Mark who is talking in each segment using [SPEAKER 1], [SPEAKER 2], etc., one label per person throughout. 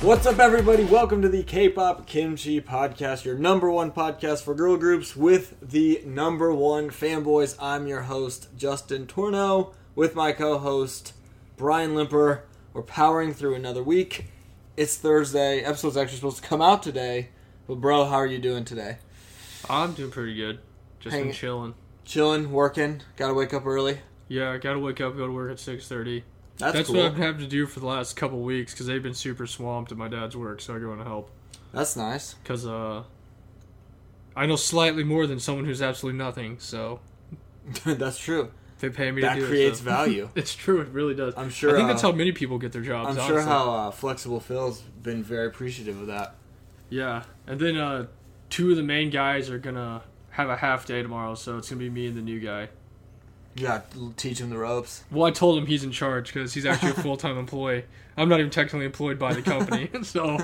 [SPEAKER 1] What's up, everybody? Welcome to the K-pop Kimchi Podcast, your number one podcast for girl groups with the number one fanboys. I'm your host Justin Torno with my co-host Brian Limper. We're powering through another week. It's Thursday. Episode's actually supposed to come out today, but bro, how are you doing today?
[SPEAKER 2] I'm doing pretty good. Just
[SPEAKER 1] Hang
[SPEAKER 2] been
[SPEAKER 1] it.
[SPEAKER 2] chilling.
[SPEAKER 1] Chilling, working. Got to wake up early.
[SPEAKER 2] Yeah, I gotta wake up, go to work at 6:30.
[SPEAKER 1] That's,
[SPEAKER 2] That's
[SPEAKER 1] cool.
[SPEAKER 2] what I've had to do for the last couple weeks because they've been super swamped at my dad's work, so I go and help.
[SPEAKER 1] That's nice.
[SPEAKER 2] Cause uh, I know slightly more than someone who's absolutely nothing. So
[SPEAKER 1] That's true.
[SPEAKER 2] they pay me
[SPEAKER 1] That
[SPEAKER 2] to do
[SPEAKER 1] creates
[SPEAKER 2] it. so-
[SPEAKER 1] value.
[SPEAKER 2] It's true. It really does.
[SPEAKER 1] I'm sure,
[SPEAKER 2] I think
[SPEAKER 1] uh,
[SPEAKER 2] that's how many people get their jobs.
[SPEAKER 1] I'm sure
[SPEAKER 2] honestly.
[SPEAKER 1] how uh, flexible Phil's been very appreciative of that.
[SPEAKER 2] Yeah, and then uh, two of the main guys are gonna have a half day tomorrow, so it's gonna be me and the new guy.
[SPEAKER 1] Yeah, teach him the ropes.
[SPEAKER 2] Well, I told him he's in charge because he's actually a full time employee. I'm not even technically employed by the company, so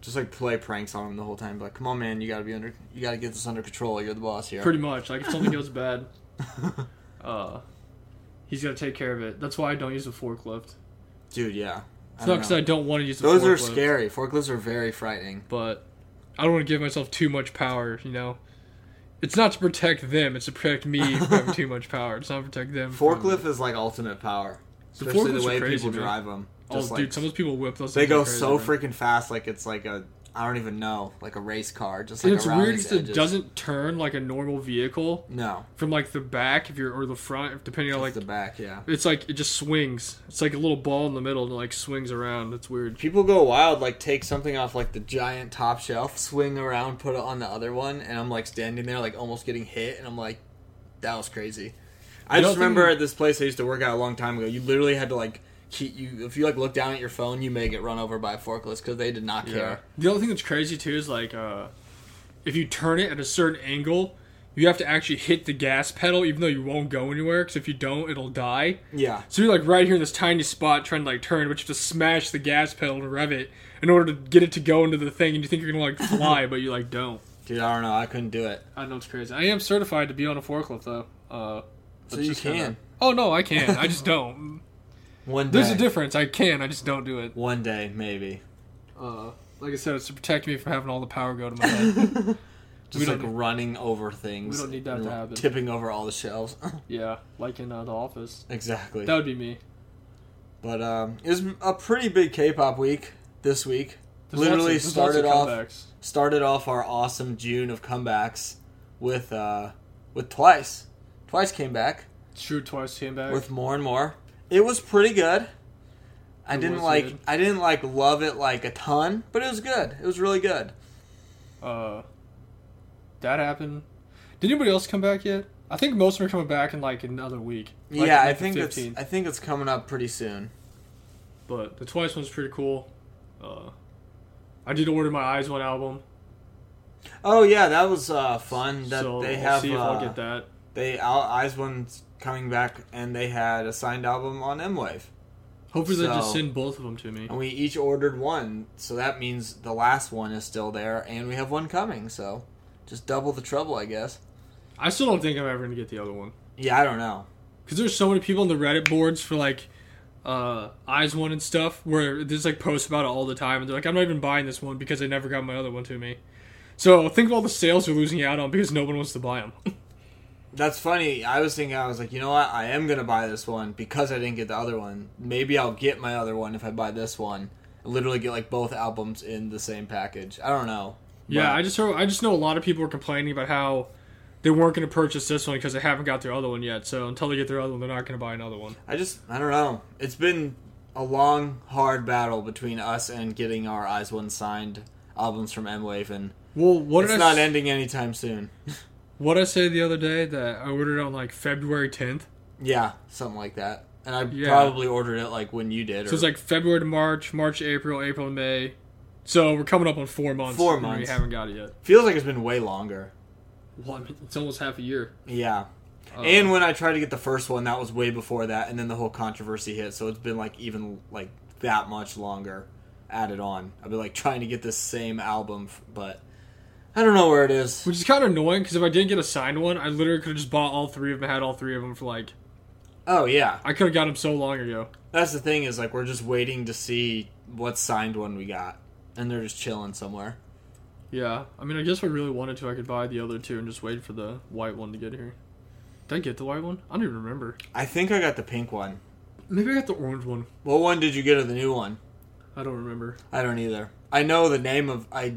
[SPEAKER 1] Just like play pranks on him the whole time. Be Like, come on, man, you gotta be under, you gotta get this under control. You're the boss here.
[SPEAKER 2] pretty much like if something goes bad, uh, he's gonna take care of it. That's why I don't use a forklift.
[SPEAKER 1] Dude, yeah. I
[SPEAKER 2] It's not
[SPEAKER 1] don't
[SPEAKER 2] because
[SPEAKER 1] know.
[SPEAKER 2] I don't want to use a
[SPEAKER 1] Those
[SPEAKER 2] forklift.
[SPEAKER 1] are scary. Forklifts are very frightening.
[SPEAKER 2] but I don't want to give myself too much power. You know, it's not to protect them; it's to protect me from having too much power. It's not to protect them. from-
[SPEAKER 1] Forklift is like ultimate power,
[SPEAKER 2] The
[SPEAKER 1] especially
[SPEAKER 2] forklifts
[SPEAKER 1] the
[SPEAKER 2] are
[SPEAKER 1] way
[SPEAKER 2] crazy,
[SPEAKER 1] people
[SPEAKER 2] man.
[SPEAKER 1] drive them.
[SPEAKER 2] Oh,
[SPEAKER 1] Just like
[SPEAKER 2] dude, some of those people whip those.
[SPEAKER 1] they
[SPEAKER 2] things
[SPEAKER 1] go
[SPEAKER 2] like crazy,
[SPEAKER 1] so
[SPEAKER 2] man.
[SPEAKER 1] freaking fast, like it's like a I don't even know, like a race car, just like
[SPEAKER 2] And it's
[SPEAKER 1] around
[SPEAKER 2] weird
[SPEAKER 1] its
[SPEAKER 2] because it
[SPEAKER 1] edges.
[SPEAKER 2] doesn't turn like a normal vehicle.
[SPEAKER 1] No,
[SPEAKER 2] from like the back if you're or the front if- depending
[SPEAKER 1] just
[SPEAKER 2] on like
[SPEAKER 1] the back. Yeah,
[SPEAKER 2] it's like it just swings it's like a little ball in the middle and it, like swings around it's weird
[SPEAKER 1] people go wild. Like take something off like the giant top shelf, swing around, put it on the other one, and I'm like standing there, like almost getting hit, and I'm like, that was crazy. I just
[SPEAKER 2] You don't think-
[SPEAKER 1] remember at this place I used to work at a long time ago. You literally had to like keep you if you like look down at your phone, you may get run over by a forklift because they did not care.
[SPEAKER 2] the other thing that's crazy too is like uh if you turn it at a certain angle you have to actually hit the gas pedal even though you won't go anywhere because if you don't it'll die
[SPEAKER 1] Yeah,
[SPEAKER 2] so you're like right here in this tiny spot trying to like turn but you have to smash the gas pedal to rev it in order to get it to go into the thing and you think you're gonna like fly but you like don't
[SPEAKER 1] dude, I don't know, I couldn't do it.
[SPEAKER 2] i know it's crazy i am certified to be on a forklift though uh
[SPEAKER 1] So
[SPEAKER 2] that's
[SPEAKER 1] you
[SPEAKER 2] just kinda-
[SPEAKER 1] can
[SPEAKER 2] Oh no, I can. I just don't.
[SPEAKER 1] one day.
[SPEAKER 2] There's a difference. I can. I just don't do it.
[SPEAKER 1] One day, maybe.
[SPEAKER 2] Uh, like I said, it's to protect me from having all the power go to my head.
[SPEAKER 1] Just
[SPEAKER 2] don't
[SPEAKER 1] like
[SPEAKER 2] need-
[SPEAKER 1] running over things.
[SPEAKER 2] we don't need that
[SPEAKER 1] and
[SPEAKER 2] to happen.
[SPEAKER 1] Tipping over all the shelves.
[SPEAKER 2] yeah, like in uh, the office.
[SPEAKER 1] exactly.
[SPEAKER 2] That would be me.
[SPEAKER 1] But um, it was a pretty big K-pop week this week.
[SPEAKER 2] There's
[SPEAKER 1] Literally
[SPEAKER 2] lots of- there's lots of
[SPEAKER 1] started off
[SPEAKER 2] comebacks.
[SPEAKER 1] started off our awesome June of comebacks with uh, with Twice. Twice came back
[SPEAKER 2] True twice came back.
[SPEAKER 1] with more and more. It was pretty good. I
[SPEAKER 2] It
[SPEAKER 1] didn't
[SPEAKER 2] was
[SPEAKER 1] like
[SPEAKER 2] good.
[SPEAKER 1] I didn't like love it like a ton, but it was good. It was really good.
[SPEAKER 2] uh, that happened. Did anybody else come back yet? I think most of them are coming back in like another week. Like,
[SPEAKER 1] yeah,
[SPEAKER 2] like
[SPEAKER 1] I
[SPEAKER 2] the
[SPEAKER 1] think it's
[SPEAKER 2] 15th.
[SPEAKER 1] I think it's coming up pretty soon.
[SPEAKER 2] But the twice one's pretty cool. Uh, I did order my eyes one album.
[SPEAKER 1] Oh yeah, that was uh, fun. That
[SPEAKER 2] so
[SPEAKER 1] they
[SPEAKER 2] we'll
[SPEAKER 1] have
[SPEAKER 2] see if
[SPEAKER 1] uh,
[SPEAKER 2] I'll get that.
[SPEAKER 1] they Al- Eyes One's coming back, and they had a signed album on M Wave.
[SPEAKER 2] Hopefully they
[SPEAKER 1] so-
[SPEAKER 2] just send both of them to me.
[SPEAKER 1] And we each ordered one, so that means the last one is still there, and we have one coming, so just double the trouble, I guess.
[SPEAKER 2] I still don't think I'm ever gonna get the other one.
[SPEAKER 1] Yeah, I don't know.
[SPEAKER 2] because there's so many people on the Reddit boards for like uh eyes one and stuff where there's like posts about it all the time and they're like I'm not even buying this one because they never got my other one to me. So think of all the sales you're losing out on because no one wants to buy them.
[SPEAKER 1] That's funny. I was thinking, I was like, you know what? I am going to buy this one because I didn't get the other one. Maybe I'll get my other one if I buy this one. Literally get like both albums in the same package. I don't know.
[SPEAKER 2] yeah,
[SPEAKER 1] But-
[SPEAKER 2] I just heard, I just know a lot of people are complaining about how they weren't going to purchase this one because they haven't got their other one yet. So until they get their other one, they're not going to buy another one.
[SPEAKER 1] I just I don't know. It's been a long, hard battle between us and getting our Eyes One signed albums from M Wave, and
[SPEAKER 2] Well, what
[SPEAKER 1] it's
[SPEAKER 2] did
[SPEAKER 1] not
[SPEAKER 2] I s-
[SPEAKER 1] ending anytime soon.
[SPEAKER 2] what I say the other day that I ordered on like February 10th.
[SPEAKER 1] yeah, something like that. And I
[SPEAKER 2] Yeah.
[SPEAKER 1] probably ordered it like when you did, or
[SPEAKER 2] So it's like February to March, March to April, April to May. So we're coming up on four months.
[SPEAKER 1] Four
[SPEAKER 2] and
[SPEAKER 1] months.
[SPEAKER 2] We haven't got it yet.
[SPEAKER 1] feels like it's been way longer.
[SPEAKER 2] Well, I mean, it's almost half a year. Uh,
[SPEAKER 1] Yeah.
[SPEAKER 2] Oh.
[SPEAKER 1] and when I tried to get the first one, that was way before that, and then the whole controversy hit, so it's been like even like that much longer added on. I've been like trying to get this same album, f- but I don't know where it is.
[SPEAKER 2] which is kind of annoying because if I didn't get a signed one, I literally could have just bought all three of them, had all three of them for like
[SPEAKER 1] Oh yeah,
[SPEAKER 2] I could have got him so long ago.
[SPEAKER 1] that's the thing is like we're just waiting to see what signed one we got, and they're just chilling somewhere.
[SPEAKER 2] Yeah, I mean, I guess if I really wanted to, I could buy the other two and just wait for the white one to get here. Did I get the white one? I don't even remember.
[SPEAKER 1] I think I got the pink one.
[SPEAKER 2] Maybe I got the orange one.
[SPEAKER 1] What one did you get of the new one?
[SPEAKER 2] I don't remember.
[SPEAKER 1] I don't either. I know the name of I.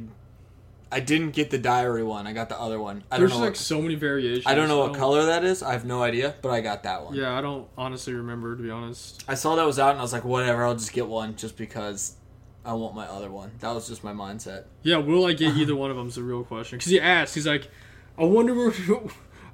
[SPEAKER 1] I didn't get the diary one. I got the other one. I don't
[SPEAKER 2] There's
[SPEAKER 1] know.
[SPEAKER 2] like
[SPEAKER 1] what,
[SPEAKER 2] so many variations.
[SPEAKER 1] I don't know what color that is. I have no idea, but I got that one.
[SPEAKER 2] Yeah, I don't honestly remember to be honest.
[SPEAKER 1] I saw that was out, and I was like, whatever. I'll just get one, just because I want my other one. That was just my mindset.
[SPEAKER 2] Yeah, will I get either one of them is the real question. Because he asked, he's like, I wonder where,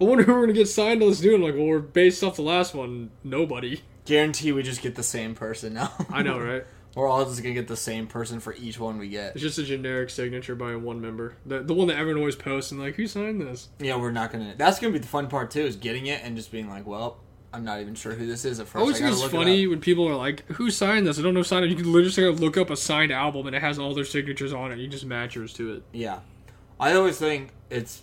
[SPEAKER 2] I wonder who we're gonna get signed on this new. one." I'm like, well, we're based off the last one, nobody.
[SPEAKER 1] Guarantee we just get the same person now.
[SPEAKER 2] I know, right?
[SPEAKER 1] We're all just gonna get the same person for each one we get.
[SPEAKER 2] It's just a generic signature by one member, the the one that everyone always posts and like, who signed this?
[SPEAKER 1] Yeah, we're not gonna. That's gonna be the fun part too, is getting it and just being like, well, I'm not even sure who this is at first.
[SPEAKER 2] I always think
[SPEAKER 1] gotta
[SPEAKER 2] it's
[SPEAKER 1] look it
[SPEAKER 2] funny
[SPEAKER 1] up.
[SPEAKER 2] when people are like, "Who signed this?" I don't know. who Signed it. You can literally look up a signed album and it has all their signatures on it. You just match yours to it.
[SPEAKER 1] Yeah, I always think it's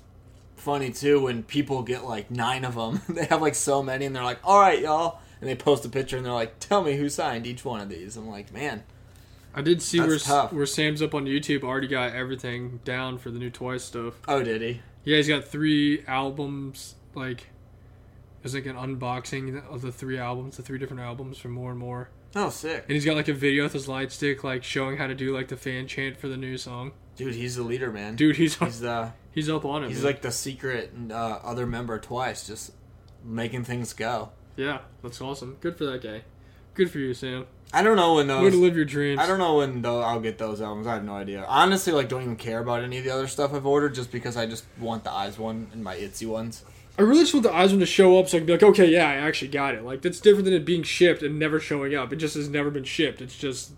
[SPEAKER 1] funny too when people get like nine of them. they have like so many, and they're like, all right, y'all, and they post a picture and they're like, tell me who signed each one of these. I'm like, man,
[SPEAKER 2] I did see
[SPEAKER 1] That's
[SPEAKER 2] where
[SPEAKER 1] tough.
[SPEAKER 2] where Sam's up on YouTube already got everything down for the new Twice stuff.
[SPEAKER 1] oh, did he?
[SPEAKER 2] Yeah, he's got three albums. Like, it's like an unboxing of the three albums, the three different albums from More and More.
[SPEAKER 1] Oh, sick,
[SPEAKER 2] And he's got like a video with his light stick, like showing how to do like the fan chant for the new song.
[SPEAKER 1] dude. He's the leader, man.
[SPEAKER 2] Dude, he's
[SPEAKER 1] He's the
[SPEAKER 2] he's up on it.
[SPEAKER 1] he's
[SPEAKER 2] man.
[SPEAKER 1] like the secret uh, other member twice, just making things go.
[SPEAKER 2] yeah, that's awesome. Good for that guy. Good for you, Sam.
[SPEAKER 1] I don't know when
[SPEAKER 2] Way
[SPEAKER 1] those.
[SPEAKER 2] to live your dreams.
[SPEAKER 1] Uh, I don't know when though I'll get those albums. I have no idea. Honestly, like don't even care about any of the other stuff I've ordered just because I just want the eyes one and my itsy ones.
[SPEAKER 2] I really just want the eyes one to show up so I can be like, okay, yeah, I actually got it. Like that's different than it being shipped and never showing up. It just has never been shipped. It's just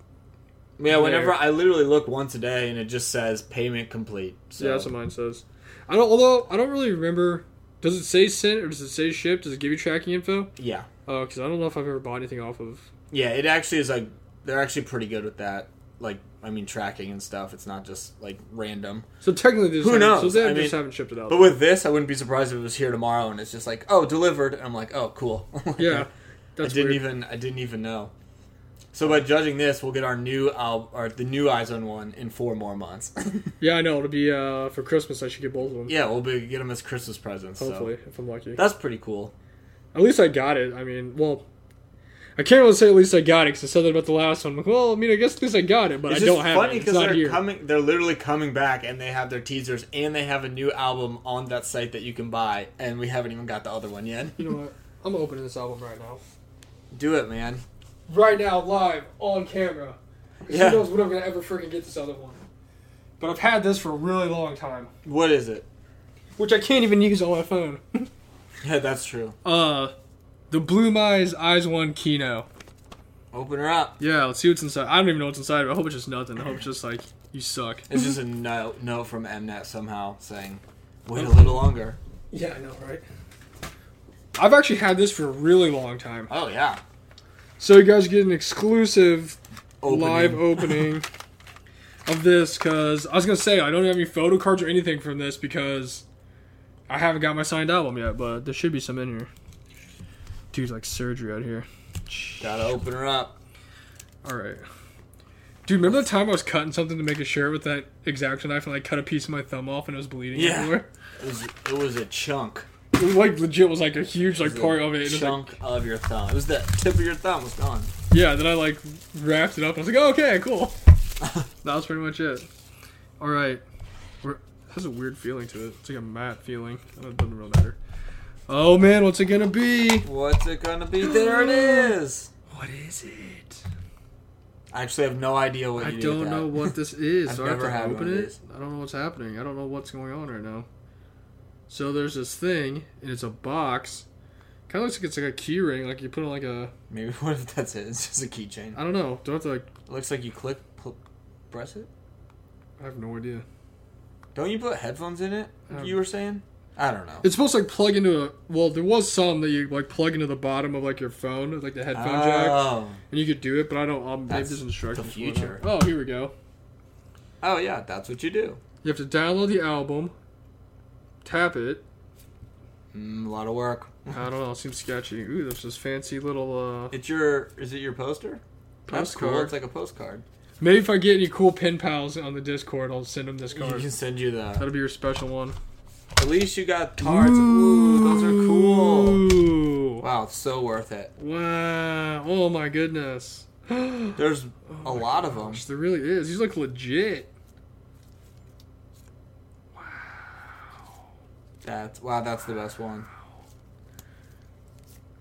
[SPEAKER 1] Yeah, whenever
[SPEAKER 2] There.
[SPEAKER 1] I literally look once a day and it just says payment complete. So
[SPEAKER 2] yeah, that's what mine says. I don't. Although I don't really remember. Does it say sent or does it say shipped? Does it give you tracking info?
[SPEAKER 1] yeah.
[SPEAKER 2] Oh, because I don't know if I've ever bought anything off of.
[SPEAKER 1] Yeah, it actually is like they're actually pretty good with that. Like I mean tracking and stuff. It's not just like random.
[SPEAKER 2] So technically, they just
[SPEAKER 1] Who
[SPEAKER 2] haven't-
[SPEAKER 1] knows?
[SPEAKER 2] So they
[SPEAKER 1] I
[SPEAKER 2] just
[SPEAKER 1] mean-
[SPEAKER 2] haven't shipped it out.
[SPEAKER 1] But with this, I wouldn't be surprised if it was here tomorrow and it's just like, "Oh, delivered." And I'm like, "Oh, cool."
[SPEAKER 2] yeah, that's
[SPEAKER 1] I didn't
[SPEAKER 2] weird.
[SPEAKER 1] even I didn't even know. So by judging this, we'll get our new al- or the new Eyes on One in four more months.
[SPEAKER 2] Yeah, I know. It'll be uh, for Christmas. I should get both of them.
[SPEAKER 1] yeah, we'll be get them as Christmas presents.
[SPEAKER 2] Hopefully,
[SPEAKER 1] So.
[SPEAKER 2] if I'm lucky.
[SPEAKER 1] That's pretty cool.
[SPEAKER 2] At least I got it. I mean, well, I can't really say at least I got it because I said that about the last one. I'm like, well, I mean, I guess at least I got it, but
[SPEAKER 1] It's
[SPEAKER 2] I
[SPEAKER 1] just
[SPEAKER 2] don't have
[SPEAKER 1] funny
[SPEAKER 2] it. It's
[SPEAKER 1] because
[SPEAKER 2] not
[SPEAKER 1] they're
[SPEAKER 2] here.
[SPEAKER 1] coming. They're literally coming back, and they have their teasers, and they have a new album on that site that you can buy, and we haven't even got the other one yet.
[SPEAKER 2] You know what? I'm opening this album right now.
[SPEAKER 1] Do it, man.
[SPEAKER 2] Right now, live on camera. 'Cause
[SPEAKER 1] Yeah.
[SPEAKER 2] Who knows when I'm gonna ever freaking get this other one? But I've had this for a really long time,
[SPEAKER 1] What is it?
[SPEAKER 2] which I can't even use on my phone.
[SPEAKER 1] Yeah, that's true.
[SPEAKER 2] uh, the Blue Mize Eyes One Kino.
[SPEAKER 1] Open her up.
[SPEAKER 2] Yeah, let's see what's inside. I don't even know what's inside. But I hope it's just nothing. I hope it's just like you suck.
[SPEAKER 1] It's just a note note from Mnet somehow saying, "Wait
[SPEAKER 2] Oh.
[SPEAKER 1] a little longer."
[SPEAKER 2] Yeah, I know, right? I've actually had this for a really long time.
[SPEAKER 1] Oh yeah.
[SPEAKER 2] So you guys get an exclusive live
[SPEAKER 1] Opening.
[SPEAKER 2] opening of this because I was gonna say I don't have any photo cards or anything from this because I haven't got my signed album yet, but there should be some in here. Dude's like surgery out here.
[SPEAKER 1] Gotta open her up.
[SPEAKER 2] All right. Dude, remember the time I was cutting something to make a shirt with that exacto knife and like cut a piece of my thumb off and it was bleeding
[SPEAKER 1] Yeah.
[SPEAKER 2] everywhere?
[SPEAKER 1] It was, it was a chunk.
[SPEAKER 2] It was, like legit was like a huge like part of it. and it was,
[SPEAKER 1] chunk
[SPEAKER 2] like,
[SPEAKER 1] of your thumb. It was the tip of your thumb was gone.
[SPEAKER 2] Yeah, then I like wrapped it up. And I was like, oh, okay, cool. that was pretty much it. All right, We're, it has a weird feeling to it. It's like a matte feeling. It doesn't really matter. Oh man, what's it gonna be?
[SPEAKER 1] What's it gonna be? There it is.
[SPEAKER 2] What is it?
[SPEAKER 1] I actually have no idea what
[SPEAKER 2] I
[SPEAKER 1] you
[SPEAKER 2] don't know what this is.
[SPEAKER 1] I've
[SPEAKER 2] so I have
[SPEAKER 1] never
[SPEAKER 2] to
[SPEAKER 1] had one
[SPEAKER 2] open
[SPEAKER 1] of
[SPEAKER 2] it.
[SPEAKER 1] these.
[SPEAKER 2] I don't know what's happening. I don't know what's going on right now. So there's this thing, and it's a box. Kind of looks like it's like a key ring. Like you put on like a
[SPEAKER 1] Maybe what if that's it? It's just a keychain.
[SPEAKER 2] I don't know. Don't have to. Like,
[SPEAKER 1] It looks like you click, pl- press it.
[SPEAKER 2] I have no idea.
[SPEAKER 1] Don't you put headphones in it?
[SPEAKER 2] Um,
[SPEAKER 1] you were saying. I don't know.
[SPEAKER 2] It's supposed to like plug into a well. There was some that you like plug into the bottom of like your phone, like the headphone jack,
[SPEAKER 1] Oh.
[SPEAKER 2] and you could do it. But I don't. Um, maybe
[SPEAKER 1] That's
[SPEAKER 2] there's instructions.
[SPEAKER 1] the
[SPEAKER 2] for that.
[SPEAKER 1] future.
[SPEAKER 2] Oh, here we go.
[SPEAKER 1] oh yeah, that's what you do.
[SPEAKER 2] You have to download the album, tap it,
[SPEAKER 1] Mm, a lot of work.
[SPEAKER 2] I don't know. It seems sketchy. Ooh, there's this fancy little uh,
[SPEAKER 1] It's your. Is it your poster? That's cool.
[SPEAKER 2] postcard.
[SPEAKER 1] It's like a postcard.
[SPEAKER 2] Maybe if I get any cool pen pals on the Discord, I'll send them this
[SPEAKER 1] You
[SPEAKER 2] card.
[SPEAKER 1] can send you that.
[SPEAKER 2] That'll be your special one.
[SPEAKER 1] At least you got cards. Ooh, those are cool.
[SPEAKER 2] Ooh.
[SPEAKER 1] Wow, it's so worth it.
[SPEAKER 2] Wow. Oh my goodness. Gosh,
[SPEAKER 1] There's
[SPEAKER 2] Oh
[SPEAKER 1] a lot of them.
[SPEAKER 2] there really is. These look legit.
[SPEAKER 1] That's wow. That's the best one.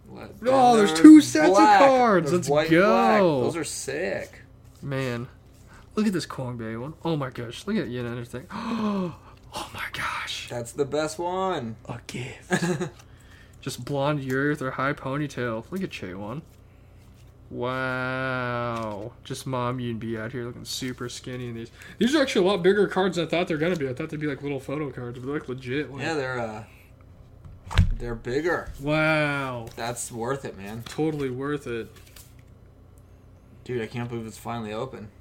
[SPEAKER 1] Let-
[SPEAKER 2] Oh, there's
[SPEAKER 1] and
[SPEAKER 2] two sets of cards.
[SPEAKER 1] There's
[SPEAKER 2] Let's go.
[SPEAKER 1] Those are sick.
[SPEAKER 2] Man. Look at this Kongbei one. Oh my gosh. Look at Yin and everything. Oh my gosh.
[SPEAKER 1] That's the best one.
[SPEAKER 2] A gift. Just blonde Yuri with her high ponytail. Look at Che one. Wow. Just mom you'd be out here looking super skinny in these. These are actually a lot bigger cards than I thought they're gonna be. I thought they'd be like little photo cards, but they're like legit. Like,
[SPEAKER 1] Yeah, they're uh, they're bigger.
[SPEAKER 2] Wow.
[SPEAKER 1] That's worth it, man.
[SPEAKER 2] Totally worth it.
[SPEAKER 1] Dude, I can't believe it's finally open.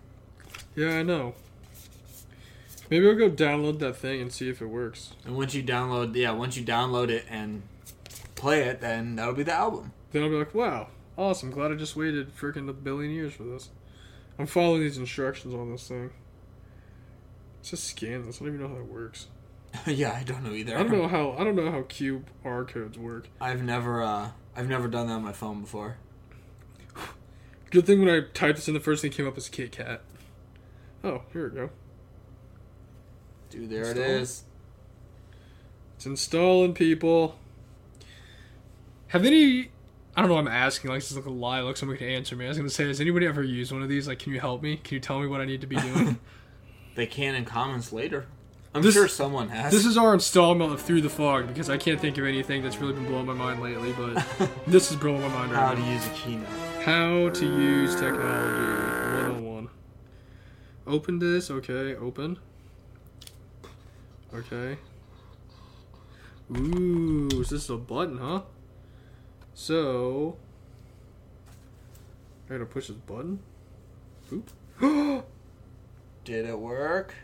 [SPEAKER 2] Yeah, I know. Maybe I'll go download that thing and see if it works.
[SPEAKER 1] And once you download, yeah, once you download it and play it, then that'll be the album.
[SPEAKER 2] Then I'll be like, wow, awesome. Glad I just waited freaking a billion years for this. I'm following these instructions on this thing. It's just scan this. I don't even know how that works.
[SPEAKER 1] yeah, I don't know either.
[SPEAKER 2] I don't know how I don't know how QR codes work.
[SPEAKER 1] I've never, uh, I've never done that on my phone before.
[SPEAKER 2] Good thing when I typed this in, the first thing that came up was Kit Kat. Oh, here we go.
[SPEAKER 1] Dude, there it
[SPEAKER 2] Install.
[SPEAKER 1] is.
[SPEAKER 2] It's installing people. Have any? I don't know. I'm asking. Like this is like a lie. Like somebody can answer me. I was gonna say, has anybody ever used one of these? Like, can you help me? Can you tell me what I need to be doing?
[SPEAKER 1] They can in comments later. I'm
[SPEAKER 2] This-
[SPEAKER 1] sure someone has.
[SPEAKER 2] this is our installment of Through the Fog because I can't think of anything that's really been blowing my mind lately. But this is blowing my mind right
[SPEAKER 1] how
[SPEAKER 2] now.
[SPEAKER 1] to use a keynote.
[SPEAKER 2] How to use technology 101. Open this, okay, open. Okay. Ooh, so this is a button, huh? So. I gotta push this button? Boop.
[SPEAKER 1] Did it work?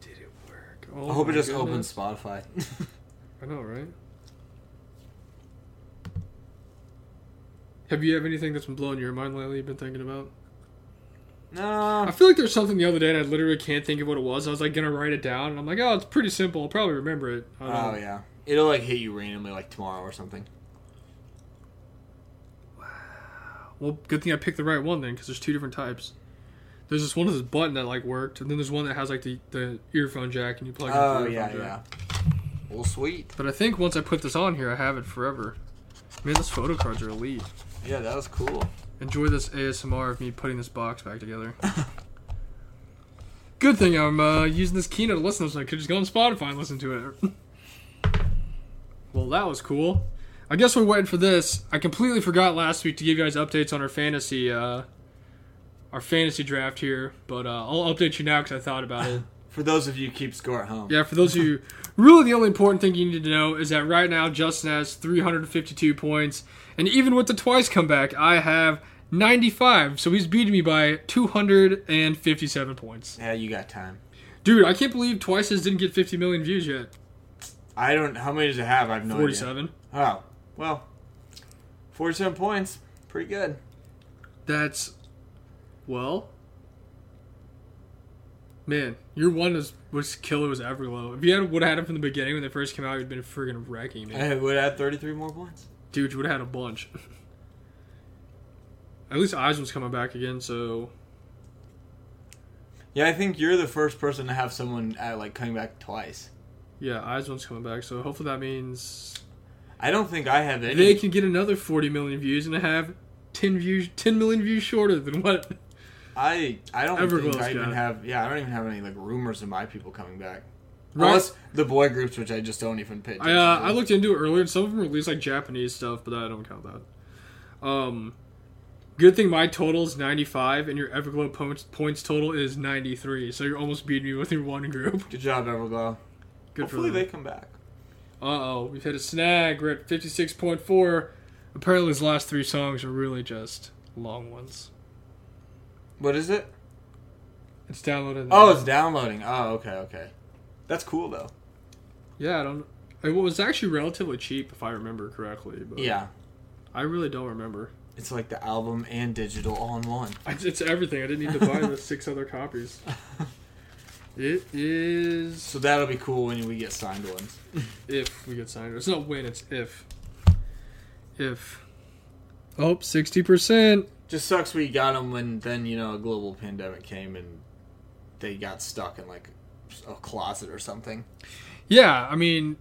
[SPEAKER 2] Did it work? Oh
[SPEAKER 1] I hope it
[SPEAKER 2] my
[SPEAKER 1] just
[SPEAKER 2] goodness.
[SPEAKER 1] opens Spotify.
[SPEAKER 2] I know, right? Have you have anything that's been blowing your mind lately you've been thinking about? I
[SPEAKER 1] no.
[SPEAKER 2] feel like there's something the other day and I literally can't think of what it was. I was like gonna write it down and I'm like, oh, it's pretty simple. I'll probably remember it. I don't
[SPEAKER 1] Oh
[SPEAKER 2] know.
[SPEAKER 1] yeah. It'll like hit you randomly like tomorrow or something.
[SPEAKER 2] Well, good thing I picked the right one then, because there's two different types. There's this one with this button that like worked, and then there's one that has like the, the earphone jack and you plug
[SPEAKER 1] Oh
[SPEAKER 2] in the
[SPEAKER 1] yeah,
[SPEAKER 2] earphone jack.
[SPEAKER 1] yeah. Well, sweet.
[SPEAKER 2] But I think once I put this on here, I have it forever. Man, those photo cards are elite.
[SPEAKER 1] Yeah, that was cool.
[SPEAKER 2] Enjoy this ASMR of me putting this box back together. Good thing I'm uh, using this keynote to listen to so I could just go on Spotify and listen to it. well, that was cool. I guess we're waiting for this. I completely forgot last week to give you guys updates on our fantasy uh, our fantasy draft here, but uh, I'll update you now because I thought about it.
[SPEAKER 1] For those of you who keep score at home.
[SPEAKER 2] Yeah, for those of you, really the only important thing you need to know is that right now Justin has 352 points, and even with the twice comeback, I have 95, so he's beating me by 257 points.
[SPEAKER 1] Yeah, you got time.
[SPEAKER 2] Dude, I can't believe Twices didn't get 50 million views yet.
[SPEAKER 1] I don't. How many does it have? I have no
[SPEAKER 2] 47.
[SPEAKER 1] idea. Oh well, forty-seven points. Pretty good.
[SPEAKER 2] That's, well, man, your one was was killer was Everglow. If you had would have had him from the beginning when they first came out, you'd been friggin' wrecking me.
[SPEAKER 1] I would add thirty-three more points.
[SPEAKER 2] Dude, you would have had a bunch. At least Eisman's coming back again, so
[SPEAKER 1] Yeah, I think you're the first person to have someone at, like coming back twice.
[SPEAKER 2] yeah, Eisman's coming back. So hopefully that means
[SPEAKER 1] I don't think I have any.
[SPEAKER 2] they can get another 40 million views and have 10 views, 10 million views shorter than what.
[SPEAKER 1] I I don't
[SPEAKER 2] Everglow's
[SPEAKER 1] think I
[SPEAKER 2] got
[SPEAKER 1] even
[SPEAKER 2] it.
[SPEAKER 1] have yeah I don't even have any like rumors of my people coming back
[SPEAKER 2] Right.
[SPEAKER 1] unless the boy groups which I just don't even pitch.
[SPEAKER 2] I uh, I looked into it earlier, and some of them released like Japanese stuff, but I don't count that. Um, good thing my total is 95 and your Everglow points points total is 93, so you're almost beating me with your one group.
[SPEAKER 1] Good job, Everglow.
[SPEAKER 2] Good for
[SPEAKER 1] Hopefully
[SPEAKER 2] them.
[SPEAKER 1] they come back.
[SPEAKER 2] Uh oh, we've hit a snag. We're at 56.4. Apparently, his last three songs are really just long ones.
[SPEAKER 1] What is it?
[SPEAKER 2] It's downloaded.
[SPEAKER 1] Oh, it's downloading. Oh, okay, okay. That's cool though.
[SPEAKER 2] yeah, I don't. It was actually relatively cheap, if I remember correctly. But
[SPEAKER 1] Yeah,
[SPEAKER 2] I really don't remember.
[SPEAKER 1] it's like the album and digital all in one.
[SPEAKER 2] I- It's everything. I didn't need to buy the six other copies. It is
[SPEAKER 1] So that'll be cool when we get signed ones.
[SPEAKER 2] if we get signed. It's not when. It's if. If. Oh, 60 percent.
[SPEAKER 1] Just sucks we got them when then you know a global pandemic came and they got stuck in like a closet or something.
[SPEAKER 2] Yeah, I mean,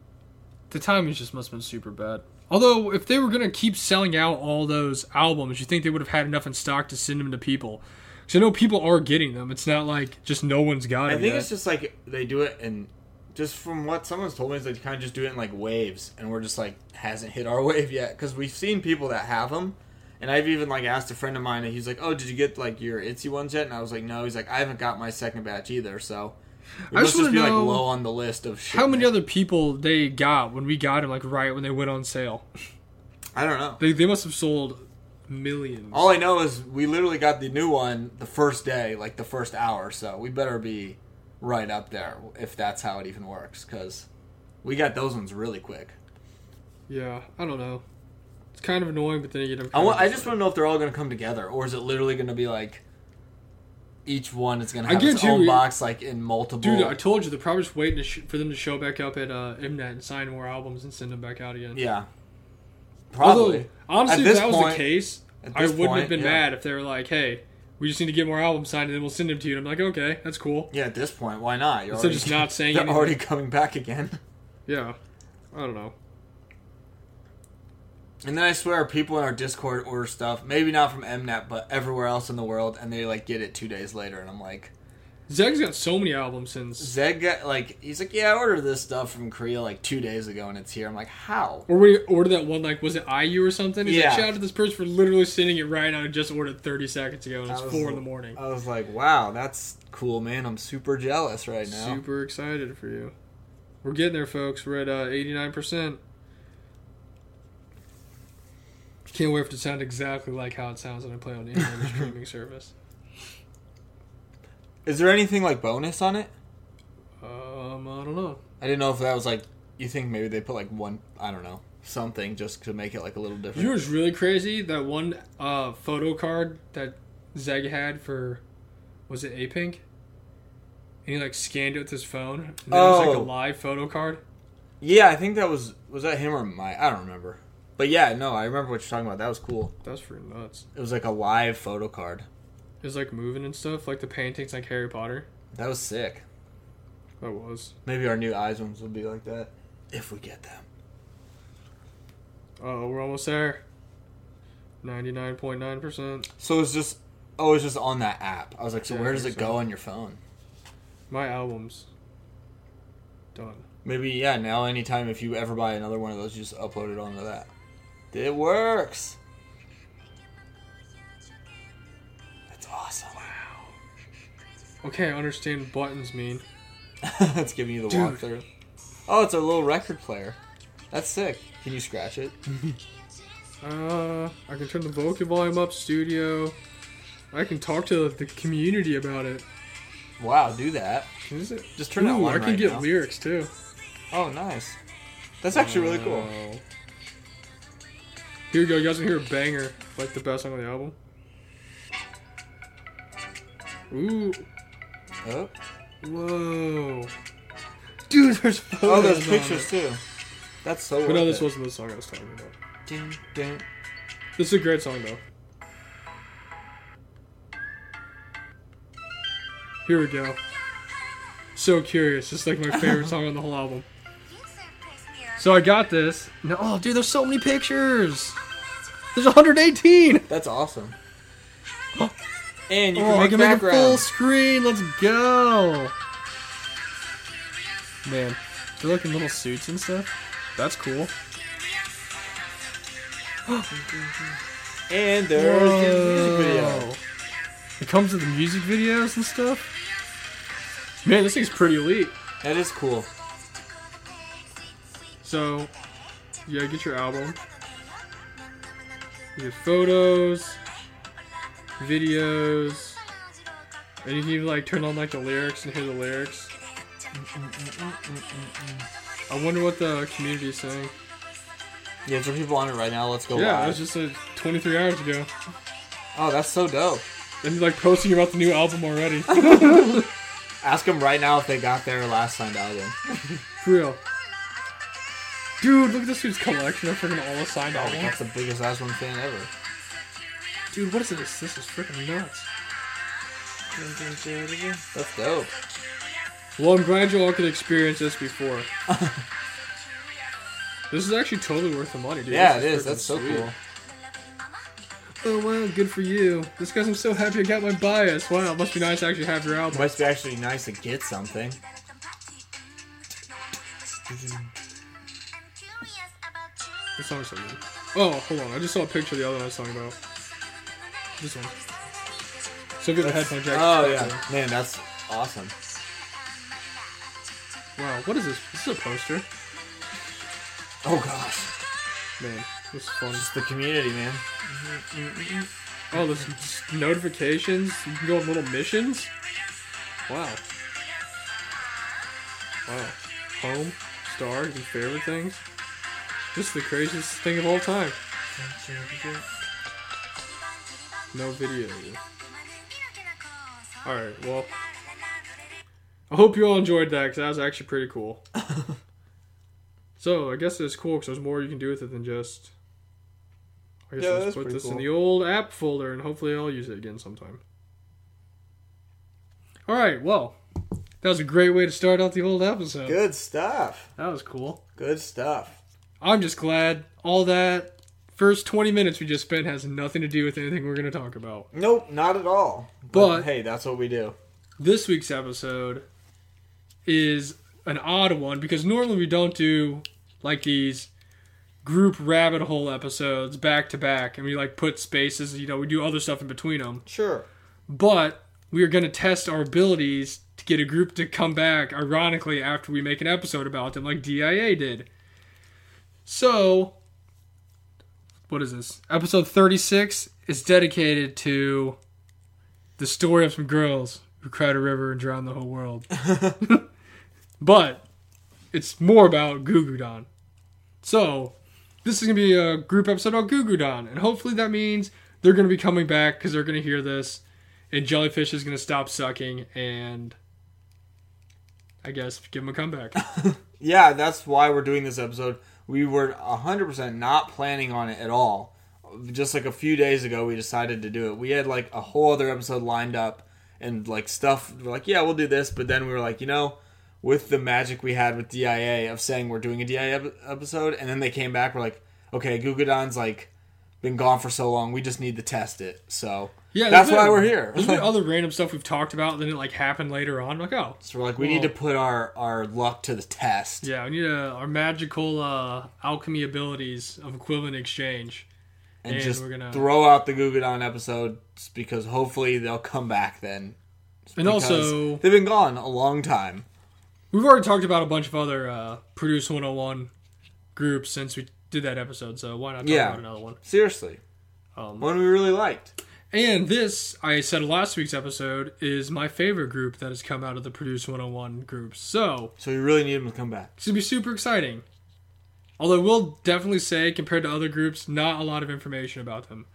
[SPEAKER 2] the timing just must have been super bad. Although, if they were gonna keep selling out all those albums, you think they would have had enough in stock to send them to people? Because I know people are getting them. It's not like just no one's got
[SPEAKER 1] I
[SPEAKER 2] it.
[SPEAKER 1] think
[SPEAKER 2] yet.
[SPEAKER 1] it's just like they do it and just from what someone's told me is they kind of just do it in like waves and we're just like hasn't hit our wave yet because we've seen people that have them and I've even like asked a friend of mine and he's like oh did you get like your itsy ones yet and I was like no he's like I haven't got my second batch either so we
[SPEAKER 2] I
[SPEAKER 1] must
[SPEAKER 2] just
[SPEAKER 1] just
[SPEAKER 2] wanna
[SPEAKER 1] be like
[SPEAKER 2] know
[SPEAKER 1] low on the list of shit
[SPEAKER 2] How many other people they got when we got them? Like right when they went on sale,
[SPEAKER 1] I don't know
[SPEAKER 2] they they must have sold millions.
[SPEAKER 1] all I know is we literally got the new one the first day like the first hour so we better be right up there if that's how it even works because we got those ones really quick.
[SPEAKER 2] Yeah, I don't know. It's kind of annoying, but then you get.
[SPEAKER 1] I, want, I just want to know if they're all going to come together, or is it literally going to be like each one is going to
[SPEAKER 2] I
[SPEAKER 1] have its
[SPEAKER 2] guarantee
[SPEAKER 1] own
[SPEAKER 2] we-
[SPEAKER 1] box, like in multiple?
[SPEAKER 2] Dude, I told you they're probably just waiting to sh- for them to show back up at uh, Mnet and sign more albums and send them back out again.
[SPEAKER 1] yeah, probably.
[SPEAKER 2] Although, honestly,
[SPEAKER 1] At
[SPEAKER 2] if
[SPEAKER 1] this
[SPEAKER 2] that was
[SPEAKER 1] point-
[SPEAKER 2] the case,
[SPEAKER 1] at
[SPEAKER 2] I
[SPEAKER 1] this
[SPEAKER 2] wouldn't
[SPEAKER 1] point,
[SPEAKER 2] have been
[SPEAKER 1] yeah.
[SPEAKER 2] mad if they were like, "Hey, we just need to get more albums signed, and then we'll send them to you." And I'm like, "Okay, that's cool."
[SPEAKER 1] yeah, at this point, why not? You're
[SPEAKER 2] Instead of just not saying
[SPEAKER 1] they're
[SPEAKER 2] anything.
[SPEAKER 1] already coming back again.
[SPEAKER 2] Yeah, I don't know.
[SPEAKER 1] And then I swear, people in our Discord order stuff, maybe not from Mnet, but everywhere else in the world, and they like get it two days later, and I'm like,
[SPEAKER 2] Zeg's got so many albums since,
[SPEAKER 1] Zeg, got, like he's like, yeah, I ordered this stuff from Korea like two days ago, and it's here. I'm like, how?
[SPEAKER 2] or we ordered that one like was it IU or something? He's
[SPEAKER 1] Yeah.
[SPEAKER 2] like, Shout out to this person for literally sending it right now. I just ordered 30 seconds ago, and it's
[SPEAKER 1] I was-
[SPEAKER 2] four in the morning.
[SPEAKER 1] I was like, wow, that's cool, man. I'm super jealous right now.
[SPEAKER 2] Super excited for you. We're getting there, folks. We're at uh, 89%. Can't wait for it to sound exactly like how it sounds when I play on any other streaming service.
[SPEAKER 1] Is there anything like bonus on it?
[SPEAKER 2] Um, I don't know.
[SPEAKER 1] I didn't know if that was like you think maybe they put like one I don't know something just to make it like a little different.
[SPEAKER 2] You know what's really crazy? That one uh, photo card that Zeg had for, was it A-Pink? And he like scanned it with his phone. And then it was like a
[SPEAKER 1] Oh.
[SPEAKER 2] live photo card.
[SPEAKER 1] yeah, I think that was was that him or my I don't remember. But yeah, no, I remember what you're talking about. That was cool.
[SPEAKER 2] That's freaking nuts.
[SPEAKER 1] It was like a live photo card.
[SPEAKER 2] It was like moving and stuff, like the paintings like Harry Potter.
[SPEAKER 1] That was sick.
[SPEAKER 2] That was.
[SPEAKER 1] Maybe our new eyes ones will be like that if we get them.
[SPEAKER 2] Oh, we're almost there. Ninety-nine point nine percent.
[SPEAKER 1] So it's just oh, it's just on that app. I was like, so
[SPEAKER 2] Yeah, I
[SPEAKER 1] where does
[SPEAKER 2] think
[SPEAKER 1] it go
[SPEAKER 2] so.
[SPEAKER 1] on your phone?
[SPEAKER 2] My albums done.
[SPEAKER 1] Maybe yeah. Now anytime if you ever buy another one of those, you just upload it onto that. It works. That's awesome.
[SPEAKER 2] Okay, I understand what buttons mean.
[SPEAKER 1] it's giving you the
[SPEAKER 2] Dude.
[SPEAKER 1] walkthrough. Oh, it's a little record player. That's sick. Can you scratch it?
[SPEAKER 2] Uh, I can turn the vocal volume up. Studio. I can talk to the community about it.
[SPEAKER 1] Wow, do that.
[SPEAKER 2] Can this-
[SPEAKER 1] Just turn that
[SPEAKER 2] Ooh,
[SPEAKER 1] one
[SPEAKER 2] I can
[SPEAKER 1] right
[SPEAKER 2] get
[SPEAKER 1] now.
[SPEAKER 2] lyrics too.
[SPEAKER 1] Oh, nice. That's actually really cool.
[SPEAKER 2] Wow. Here you go. You guys can hear a banger, like the best song on the album. Ooh.
[SPEAKER 1] Oh,
[SPEAKER 2] Whoa. Dude, there's photos.
[SPEAKER 1] oh there's
[SPEAKER 2] on it.
[SPEAKER 1] pictures too. That's so.
[SPEAKER 2] But no,
[SPEAKER 1] worth
[SPEAKER 2] this
[SPEAKER 1] it.
[SPEAKER 2] wasn't the song I was talking about.
[SPEAKER 1] Ding, ding.
[SPEAKER 2] This is a great song, though. Here we go. So curious. It's like my favorite song on the whole album. So I got this. No, oh, dude, there's so many pictures. There's 118.
[SPEAKER 1] That's awesome. and you
[SPEAKER 2] Oh,
[SPEAKER 1] can
[SPEAKER 2] I
[SPEAKER 1] make
[SPEAKER 2] can make a full
[SPEAKER 1] backgrounds.
[SPEAKER 2] screen. Let's go. Man, they're like in little suits and stuff. That's cool.
[SPEAKER 1] and there's the music video.
[SPEAKER 2] Whoa. It comes with the music videos and stuff. Man, this thing's pretty elite.
[SPEAKER 1] That is cool.
[SPEAKER 2] So, yeah, get your album, you get photos, videos, and you can even like turn on like the lyrics and hear the lyrics. I wonder what the community is saying.
[SPEAKER 1] Yeah, so people on it right now. Let's go
[SPEAKER 2] yeah, it
[SPEAKER 1] live.
[SPEAKER 2] was just like 23 hours ago.
[SPEAKER 1] oh, that's so dope.
[SPEAKER 2] And like posting about the new album already.
[SPEAKER 1] Ask them right now if they got their last signed album.
[SPEAKER 2] For real. Dude, look at this dude's collection of freaking all assigned
[SPEAKER 1] Oh,
[SPEAKER 2] albums.
[SPEAKER 1] that's the biggest Last One fan ever.
[SPEAKER 2] Dude, what is this? This is freaking nuts.
[SPEAKER 1] That's dope.
[SPEAKER 2] Well, I'm glad you all could experience this before. this is actually totally worth the money, dude.
[SPEAKER 1] yeah, it
[SPEAKER 2] This
[SPEAKER 1] is.
[SPEAKER 2] freaking
[SPEAKER 1] That's so
[SPEAKER 2] sweet.
[SPEAKER 1] cool.
[SPEAKER 2] Oh wow, good for you. This guy's I'm so happy I got my bias. Wow, it must be nice to actually have your album.
[SPEAKER 1] Must be actually nice to get something.
[SPEAKER 2] This song's so good. Oh, hold on, I just saw a picture of the other one I was talking about. This one. So good the headphone jack.
[SPEAKER 1] Oh yeah, man, that's awesome.
[SPEAKER 2] Wow, what is this? This is a poster.
[SPEAKER 1] Oh gosh,
[SPEAKER 2] Man, this is fun.
[SPEAKER 1] it's the community, man.
[SPEAKER 2] Oh, there's s- notifications. You can go on little missions. Wow. Wow. Home, star, you can favorite things. This is the craziest thing of all time. No video. Alright, well. I hope you all enjoyed that because that was actually pretty cool. so, I guess it's cool because there's more you can do with it than just. I guess
[SPEAKER 1] Yeah,
[SPEAKER 2] I'll
[SPEAKER 1] that's
[SPEAKER 2] just put
[SPEAKER 1] pretty
[SPEAKER 2] this in
[SPEAKER 1] cool.
[SPEAKER 2] the old app folder and hopefully I'll use it again sometime. Alright, well. That was a great way to start out the old episode.
[SPEAKER 1] Good stuff.
[SPEAKER 2] That was cool.
[SPEAKER 1] Good stuff.
[SPEAKER 2] I'm just glad all that first 20 minutes we just spent has nothing to do with anything we're going to talk about.
[SPEAKER 1] Nope, not at all.
[SPEAKER 2] But-
[SPEAKER 1] hey, that's what we do.
[SPEAKER 2] this week's episode is an odd one because normally we don't do like these group rabbit hole episodes back to back and we like put spaces you know we do other stuff in between them
[SPEAKER 1] Sure.
[SPEAKER 2] but we are going to test our abilities to get a group to come back ironically after we make an episode about them like dia did so what is this episode 36 is dedicated to the story of some girls who cried a river and drowned the whole world but it's more about gugudon so this is going to be a group episode on gugudon and hopefully that means they're going to be coming back because they're going to hear this and jellyfish is gonna stop sucking and I guess give him a comeback.
[SPEAKER 1] Yeah, that's why we're doing this episode. We were 100% not planning on it at all. Just like a few days ago, we decided to do it. We had like a whole other episode lined up and like stuff. We're like, yeah, we'll do this. But then we were like, you know, with the magic we had with DIA of saying we're doing a DIA ep- episode, and then they came back, we're like, okay, Gugadon's like been gone for so long, we just need to test it. So
[SPEAKER 2] Yeah,
[SPEAKER 1] that's
[SPEAKER 2] there's been-
[SPEAKER 1] why we're here.
[SPEAKER 2] There's been other random stuff we've talked about, and then it like happened later on. Like, oh,
[SPEAKER 1] so we're like, we need to put our, our luck to the test.
[SPEAKER 2] yeah, we need uh our magical uh, alchemy abilities of equivalent exchange.
[SPEAKER 1] and,
[SPEAKER 2] And
[SPEAKER 1] just
[SPEAKER 2] we're gonna-
[SPEAKER 1] throw out the Gugudon episodes because hopefully they'll come back then.
[SPEAKER 2] And
[SPEAKER 1] Because
[SPEAKER 2] also,
[SPEAKER 1] they've been gone a long time.
[SPEAKER 2] we've already talked about a bunch of other uh, Produce 101 groups since we did that episode, so why not talk
[SPEAKER 1] Yeah.
[SPEAKER 2] about another one?
[SPEAKER 1] Seriously,
[SPEAKER 2] Um,
[SPEAKER 1] one we really liked.
[SPEAKER 2] And this, I said last week's episode, is my favorite group that has come out of the Produce 101 groups. So,
[SPEAKER 1] So we really need them to come back.
[SPEAKER 2] It's gonna be super exciting. Although we'll definitely say, compared to other groups, not a lot of information about them.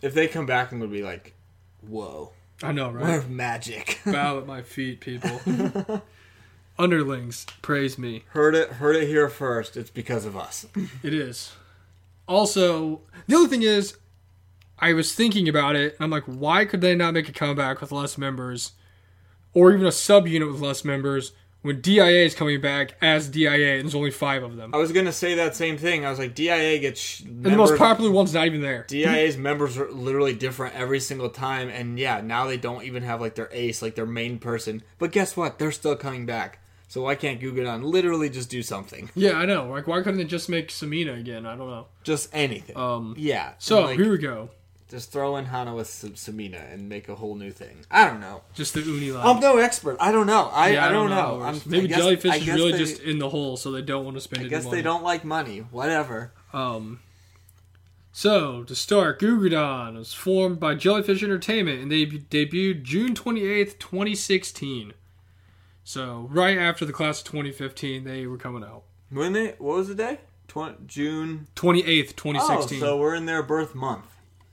[SPEAKER 1] If they come back, I'm gonna be like, "Whoa,
[SPEAKER 2] I know, right?
[SPEAKER 1] we're magic."
[SPEAKER 2] Bow at my feet, people. Underlings, praise me.
[SPEAKER 1] heard it, heard it here first. It's because of us.
[SPEAKER 2] It is. Also, the other thing is, I was thinking about it, and I'm like, why could they not make a comeback with less members, or even a subunit with less members, when DIA is coming back as DIA, and there's only five of them?
[SPEAKER 1] I was gonna say that same thing. I was like, DIA gets sh-
[SPEAKER 2] And the most
[SPEAKER 1] members-
[SPEAKER 2] popular one's not even there.
[SPEAKER 1] DIA's members are literally different every single time, and yeah, now they don't even have like their ace, like their main person. But guess what? They're still coming back. So why can't Guggenheim literally just do something?
[SPEAKER 2] Yeah, I know. Like, why couldn't they just make Samina again? I don't know.
[SPEAKER 1] Just anything.
[SPEAKER 2] Um,
[SPEAKER 1] yeah.
[SPEAKER 2] So
[SPEAKER 1] like,
[SPEAKER 2] here we go.
[SPEAKER 1] just throw in Hana with Sam- Samina and make a whole new thing. I don't know.
[SPEAKER 2] Just the uni line.
[SPEAKER 1] I'm no expert. I don't know. I,
[SPEAKER 2] Yeah,
[SPEAKER 1] I, don't, know.
[SPEAKER 2] Or
[SPEAKER 1] I'm,
[SPEAKER 2] Maybe
[SPEAKER 1] I guess-
[SPEAKER 2] jellyfish
[SPEAKER 1] I
[SPEAKER 2] is
[SPEAKER 1] guess
[SPEAKER 2] really
[SPEAKER 1] they-
[SPEAKER 2] just in the hole, so they don't want to
[SPEAKER 1] I
[SPEAKER 2] spend any
[SPEAKER 1] guess
[SPEAKER 2] money.
[SPEAKER 1] they don't like money. Whatever.
[SPEAKER 2] Um. So to start, Gugudon was formed by Jellyfish Entertainment, and they debuted June twenty eighth, twenty sixteen. So right after the class of twenty fifteen, they were coming out.
[SPEAKER 1] When they what was the day? Tw- June.
[SPEAKER 2] 28th,
[SPEAKER 1] Oh,
[SPEAKER 2] 2016.
[SPEAKER 1] so we're in their birth month.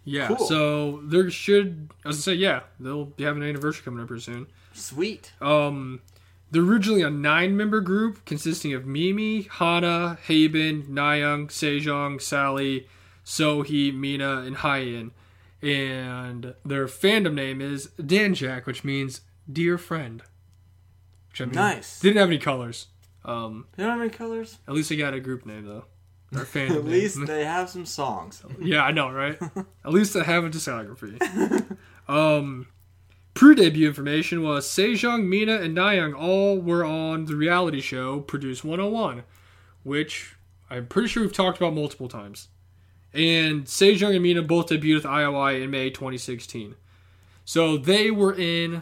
[SPEAKER 2] yeah,
[SPEAKER 1] cool.
[SPEAKER 2] so there should, as I say, yeah, they'll be having an anniversary coming up pretty soon.
[SPEAKER 1] Sweet.
[SPEAKER 2] Um, they're originally a nine-member group consisting of Mimi, Hana, Haben, Nayoung, Sejong, Sally, Sohee, Mina, and Hyun. And their fandom name is Danjak, which means dear friend. Which I mean,
[SPEAKER 1] Nice.
[SPEAKER 2] Didn't have any colors. Um,
[SPEAKER 1] They don't have any colors.
[SPEAKER 2] at least they got a group name though. Or
[SPEAKER 1] At
[SPEAKER 2] fandom name.
[SPEAKER 1] least they have some songs.
[SPEAKER 2] Yeah, I know, right? At least I have a discography. um, pre-debut information was Sejong, Mina, and Nayoung all were on the reality show Produce 101, which I'm pretty sure we've talked about multiple times. And Sejong and Mina both debuted with IOI in May 2016. So they were in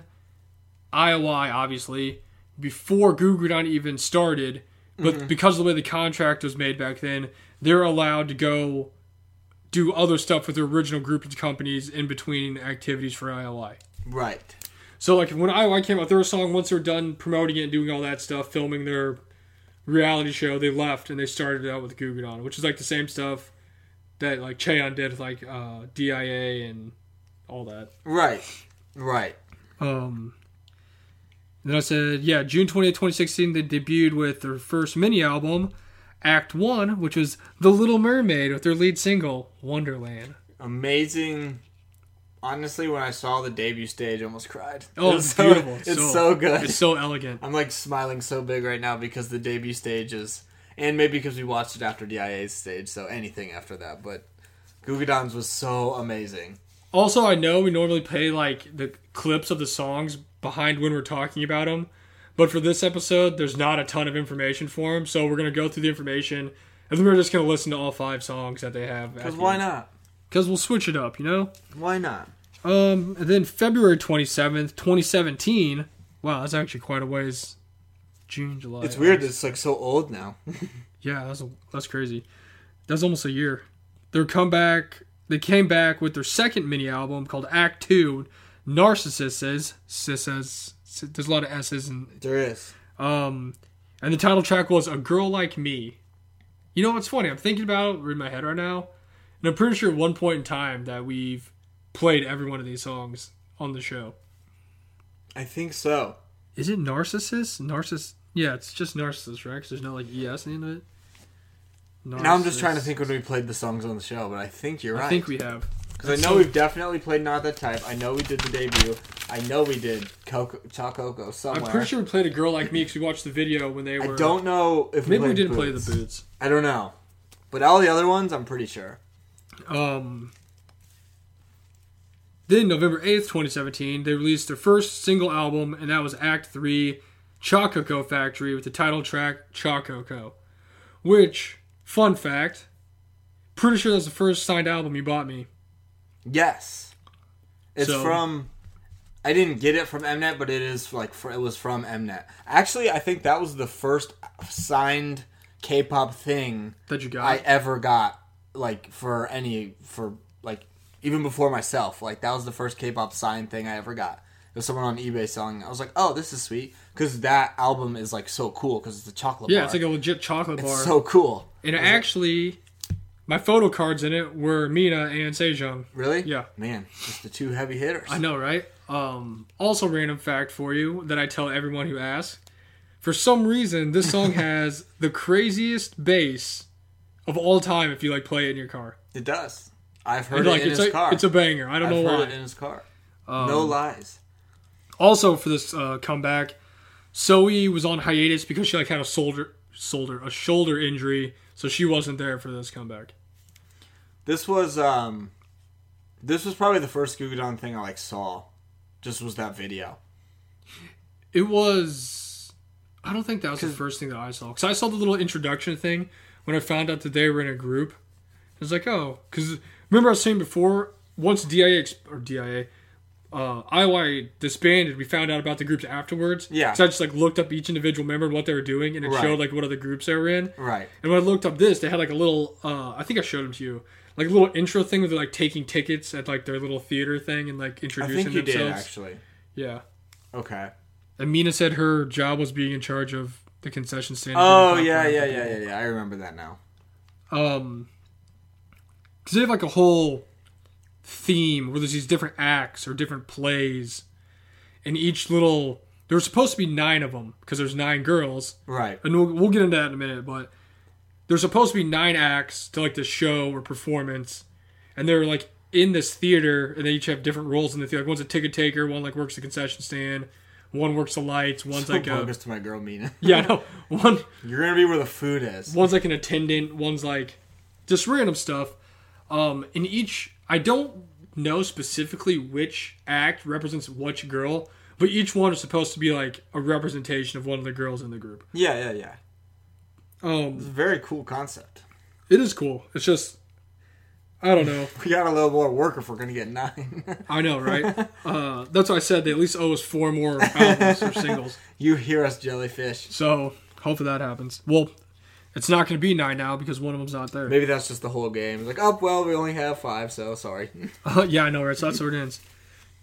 [SPEAKER 2] IOI, obviously, before Gugudan even started. But because of the way the contract was made back then, they're allowed to go do other stuff with their original group of companies in between activities for IOI.
[SPEAKER 1] Right.
[SPEAKER 2] So like when IOI came out, their song once they're done promoting it and doing all that stuff, filming their reality show, they left and they started out with Gugudan, which is like the same stuff that like Cheon did with like uh, DIA and all that.
[SPEAKER 1] Right. Right.
[SPEAKER 2] Um, then I said, yeah, June 20th, 2016, they debuted with their first mini album, Act One, which was The Little Mermaid with their lead single, Wonderland.
[SPEAKER 1] Amazing. Honestly, when I saw the debut stage, I almost cried.
[SPEAKER 2] Oh,
[SPEAKER 1] It
[SPEAKER 2] it's,
[SPEAKER 1] was
[SPEAKER 2] beautiful.
[SPEAKER 1] So, it's so good.
[SPEAKER 2] It's so elegant.
[SPEAKER 1] I'm like smiling so big right now because the debut stage is, and maybe because we watched it after DIA's stage, so anything after that. But Gugadon's was so amazing.
[SPEAKER 2] Also, I know we normally play like the clips of the songs behind when we're talking about them, but for this episode, there's not a ton of information for them, so we're gonna go through the information, and then we're just gonna listen to all five songs that they have.
[SPEAKER 1] Because why not?
[SPEAKER 2] Because we'll switch it up, you know.
[SPEAKER 1] Why not?
[SPEAKER 2] Um, and then February 27th, 2017. Wow, that's actually quite a ways. June, July.
[SPEAKER 1] It's weird. that It's like so old now.
[SPEAKER 2] Yeah, that's a, that's crazy. That's almost a year. Their comeback, they came back with their second mini album called Act Two, Narcissist says, sis says, sis- there's a lot of S's and
[SPEAKER 1] There is.
[SPEAKER 2] um, and the title track was "A Girl Like Me." You know what's funny? I'm thinking about it in my head right now, and I'm pretty sure at one point in time that we've played every one of these songs on the show.
[SPEAKER 1] I think so.
[SPEAKER 2] Is it Narcissist? Narciss? Yeah, it's just Narcissist, right? 'Cause there's no like ES in it.
[SPEAKER 1] Now I'm just trying to
[SPEAKER 2] Narcissist.
[SPEAKER 1] think when we played the songs on the show, but I think you're right.
[SPEAKER 2] I think we have.
[SPEAKER 1] Because I know we've definitely played Not That Type. I know we did the debut. I know we did Coco, Chococo somewhere.
[SPEAKER 2] I'm pretty sure we played a girl like me because we watched the video when they were.
[SPEAKER 1] I don't know if
[SPEAKER 2] Maybe
[SPEAKER 1] we,
[SPEAKER 2] we
[SPEAKER 1] played
[SPEAKER 2] didn't play
[SPEAKER 1] Boots.
[SPEAKER 2] the boots.
[SPEAKER 1] I don't know. But all the other ones, I'm pretty sure.
[SPEAKER 2] Um. Then November eighth, twenty seventeen, they released their first single album, and that was Act Three, Chococo Factory, with the title track Chococo, which fun fact, pretty sure that's the first signed album you bought me.
[SPEAKER 1] Yes, it's
[SPEAKER 2] So-
[SPEAKER 1] from. I didn't get it from Mnet, but it is like fr- it was from Mnet. Actually, I think that was the first signed K-pop thing
[SPEAKER 2] That you got.
[SPEAKER 1] I ever got, like for any for like even before myself. Like that was the first K-pop signed thing I ever got. It was someone on eBay selling. it. I was like, oh, this is sweet because that album is like so cool because it's a chocolate.
[SPEAKER 2] yeah,
[SPEAKER 1] bar.
[SPEAKER 2] it's like a legit chocolate bar.
[SPEAKER 1] so cool.
[SPEAKER 2] and actually, my photo cards in it were Mina and Sejong.
[SPEAKER 1] Really?
[SPEAKER 2] Yeah.
[SPEAKER 1] Man, just the two heavy hitters.
[SPEAKER 2] I know, right? Um, also, random fact for you that I tell everyone who asks. For some reason, this song has the craziest bass of all time. If you like play it in your car,
[SPEAKER 1] It does. I've heard
[SPEAKER 2] And,
[SPEAKER 1] it
[SPEAKER 2] like
[SPEAKER 1] in
[SPEAKER 2] it's
[SPEAKER 1] his
[SPEAKER 2] a
[SPEAKER 1] car.
[SPEAKER 2] it's a banger. I don't
[SPEAKER 1] I've
[SPEAKER 2] know
[SPEAKER 1] heard
[SPEAKER 2] why.
[SPEAKER 1] it in his car. no
[SPEAKER 2] Um,
[SPEAKER 1] lies.
[SPEAKER 2] also, for this uh, comeback, Zoe was on hiatus because she like had a shoulder shoulder a shoulder injury, so she wasn't there for this comeback.
[SPEAKER 1] This was um, this was probably the first Gugadon thing I like saw. Just was that video.
[SPEAKER 2] It was. I don't think that was the first thing that I saw because I saw the little introduction thing when I found out that they were in a group. I was like, oh, because remember I was saying before once DIA ex- or DIA, uh, IY disbanded. We found out about the groups afterwards.
[SPEAKER 1] Yeah.
[SPEAKER 2] So I just like looked up each individual member and what they were doing, and it
[SPEAKER 1] Right.
[SPEAKER 2] showed like what other groups they were in.
[SPEAKER 1] Right.
[SPEAKER 2] And when I looked up this, they had like a little. Uh, I think I showed them to you, like a little intro thing where they're like taking tickets at like their little theater thing and like
[SPEAKER 1] I
[SPEAKER 2] introducing
[SPEAKER 1] think you did
[SPEAKER 2] themselves.
[SPEAKER 1] actually.
[SPEAKER 2] Yeah.
[SPEAKER 1] Okay.
[SPEAKER 2] And Mina said her job was being in charge of the concession stand.
[SPEAKER 1] Oh yeah, yeah, yeah, yeah, yeah. I remember that now.
[SPEAKER 2] Um, because they have like a whole theme where there's these different acts or different plays, and each little there's supposed to be nine of them because there's nine girls,
[SPEAKER 1] Right.
[SPEAKER 2] and we'll we'll get into that in a minute. But there's supposed to be nine acts to like this show or performance, and they're like in this theater, and they each have different roles in the theater. Like one's a ticket taker, one like works the concession stand, one works the lights, one's like a
[SPEAKER 1] bogus to my girl Mina.
[SPEAKER 2] yeah, no, one
[SPEAKER 1] You're gonna be where the food is.
[SPEAKER 2] one's like an attendant one's like just random stuff um in each i don't know specifically which act represents which girl but each one is supposed to be like a representation of one of the girls in the group
[SPEAKER 1] Yeah, yeah, yeah.
[SPEAKER 2] um
[SPEAKER 1] Very cool concept.
[SPEAKER 2] it is cool it's just i don't know
[SPEAKER 1] We got a little more work if we're gonna get nine.
[SPEAKER 2] i know right uh that's why i said they at least owe us four more albums or singles
[SPEAKER 1] you hear us, jellyfish?
[SPEAKER 2] so hopefully that happens well it's not going to be nine now because one of them's not there
[SPEAKER 1] Maybe that's just the whole game. It's like, oh well, we only have five, so sorry.
[SPEAKER 2] Uh, yeah, I know, right? So that's where it ends.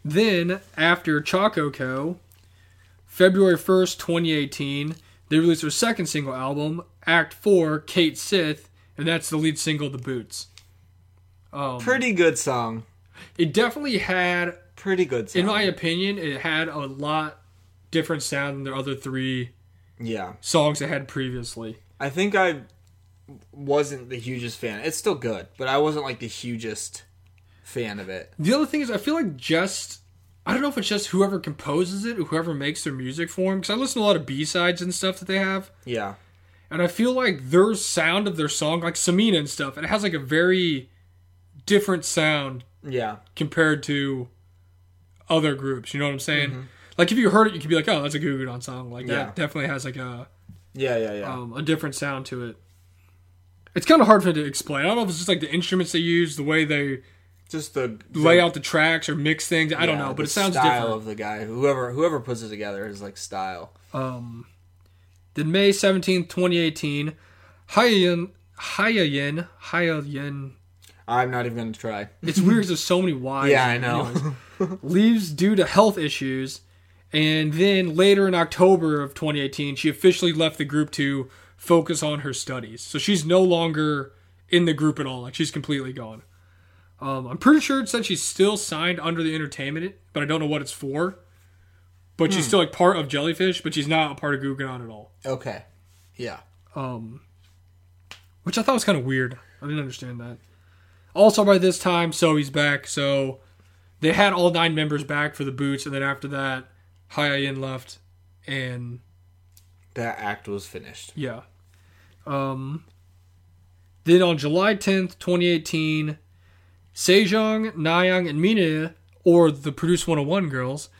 [SPEAKER 2] Then, after Choco Co., February 1st, 2018, they released their second single album, Act 4, Kate Sith, and that's the lead single, The Boots. Um,
[SPEAKER 1] Pretty good song.
[SPEAKER 2] it definitely had,
[SPEAKER 1] Pretty good song.
[SPEAKER 2] in my opinion, it had a lot different sound than their other three
[SPEAKER 1] yeah,
[SPEAKER 2] songs they had previously.
[SPEAKER 1] I think I wasn't the hugest fan. It's still good, but I wasn't like the hugest fan of it.
[SPEAKER 2] The other thing is, I feel like just I don't know if it's just whoever composes it, or whoever makes their music for them. Because I listen to a lot of B sides and stuff that they have,
[SPEAKER 1] Yeah,
[SPEAKER 2] and I feel like their sound of their song, like Samina and stuff, it has like a very different sound
[SPEAKER 1] yeah,
[SPEAKER 2] compared to other groups. You know what I'm saying? Like if you heard it, you could be like, "Oh, that's a Goo Goo Dolls song." Like
[SPEAKER 1] Mm-hmm. Yeah.
[SPEAKER 2] that definitely has like a
[SPEAKER 1] yeah, yeah, yeah.
[SPEAKER 2] um, a different sound to it. It's kind of hard for me to explain. I don't know if it's just like the instruments they use, the way they
[SPEAKER 1] just the, the
[SPEAKER 2] lay out the tracks or mix things. I don't
[SPEAKER 1] yeah,
[SPEAKER 2] know,
[SPEAKER 1] the
[SPEAKER 2] but it sounds
[SPEAKER 1] style
[SPEAKER 2] different.
[SPEAKER 1] of the guy. Whoever whoever puts it together is like style.
[SPEAKER 2] Um, then May 17th, 2018, Hyayen, Hyayen, Hyayen.
[SPEAKER 1] I'm not even gonna try.
[SPEAKER 2] It's weird 'cause there's so many Y's.
[SPEAKER 1] Yeah, I know.
[SPEAKER 2] Anyways, leaves due to health issues. And then later in October of 2018, she officially left the group to focus on her studies. So she's no longer in the group at all. Like she's completely gone. Um, I'm pretty sure it said she's still signed under the entertainment, but I don't know what it's for. But
[SPEAKER 1] Hmm.
[SPEAKER 2] she's still like part of Jellyfish, but she's not a part of Guggenheim at all
[SPEAKER 1] Okay. Yeah.
[SPEAKER 2] um, which I thought was kind of weird. I didn't understand that. Also, by this time, Zoe's back, so they had all nine members back for the boots, and then after that, Hayayin left, and
[SPEAKER 1] That act was finished.
[SPEAKER 2] yeah. Um, then on July 10th, 2018, Sejong, Nayoung, and Mina, or the Produce 101 girls,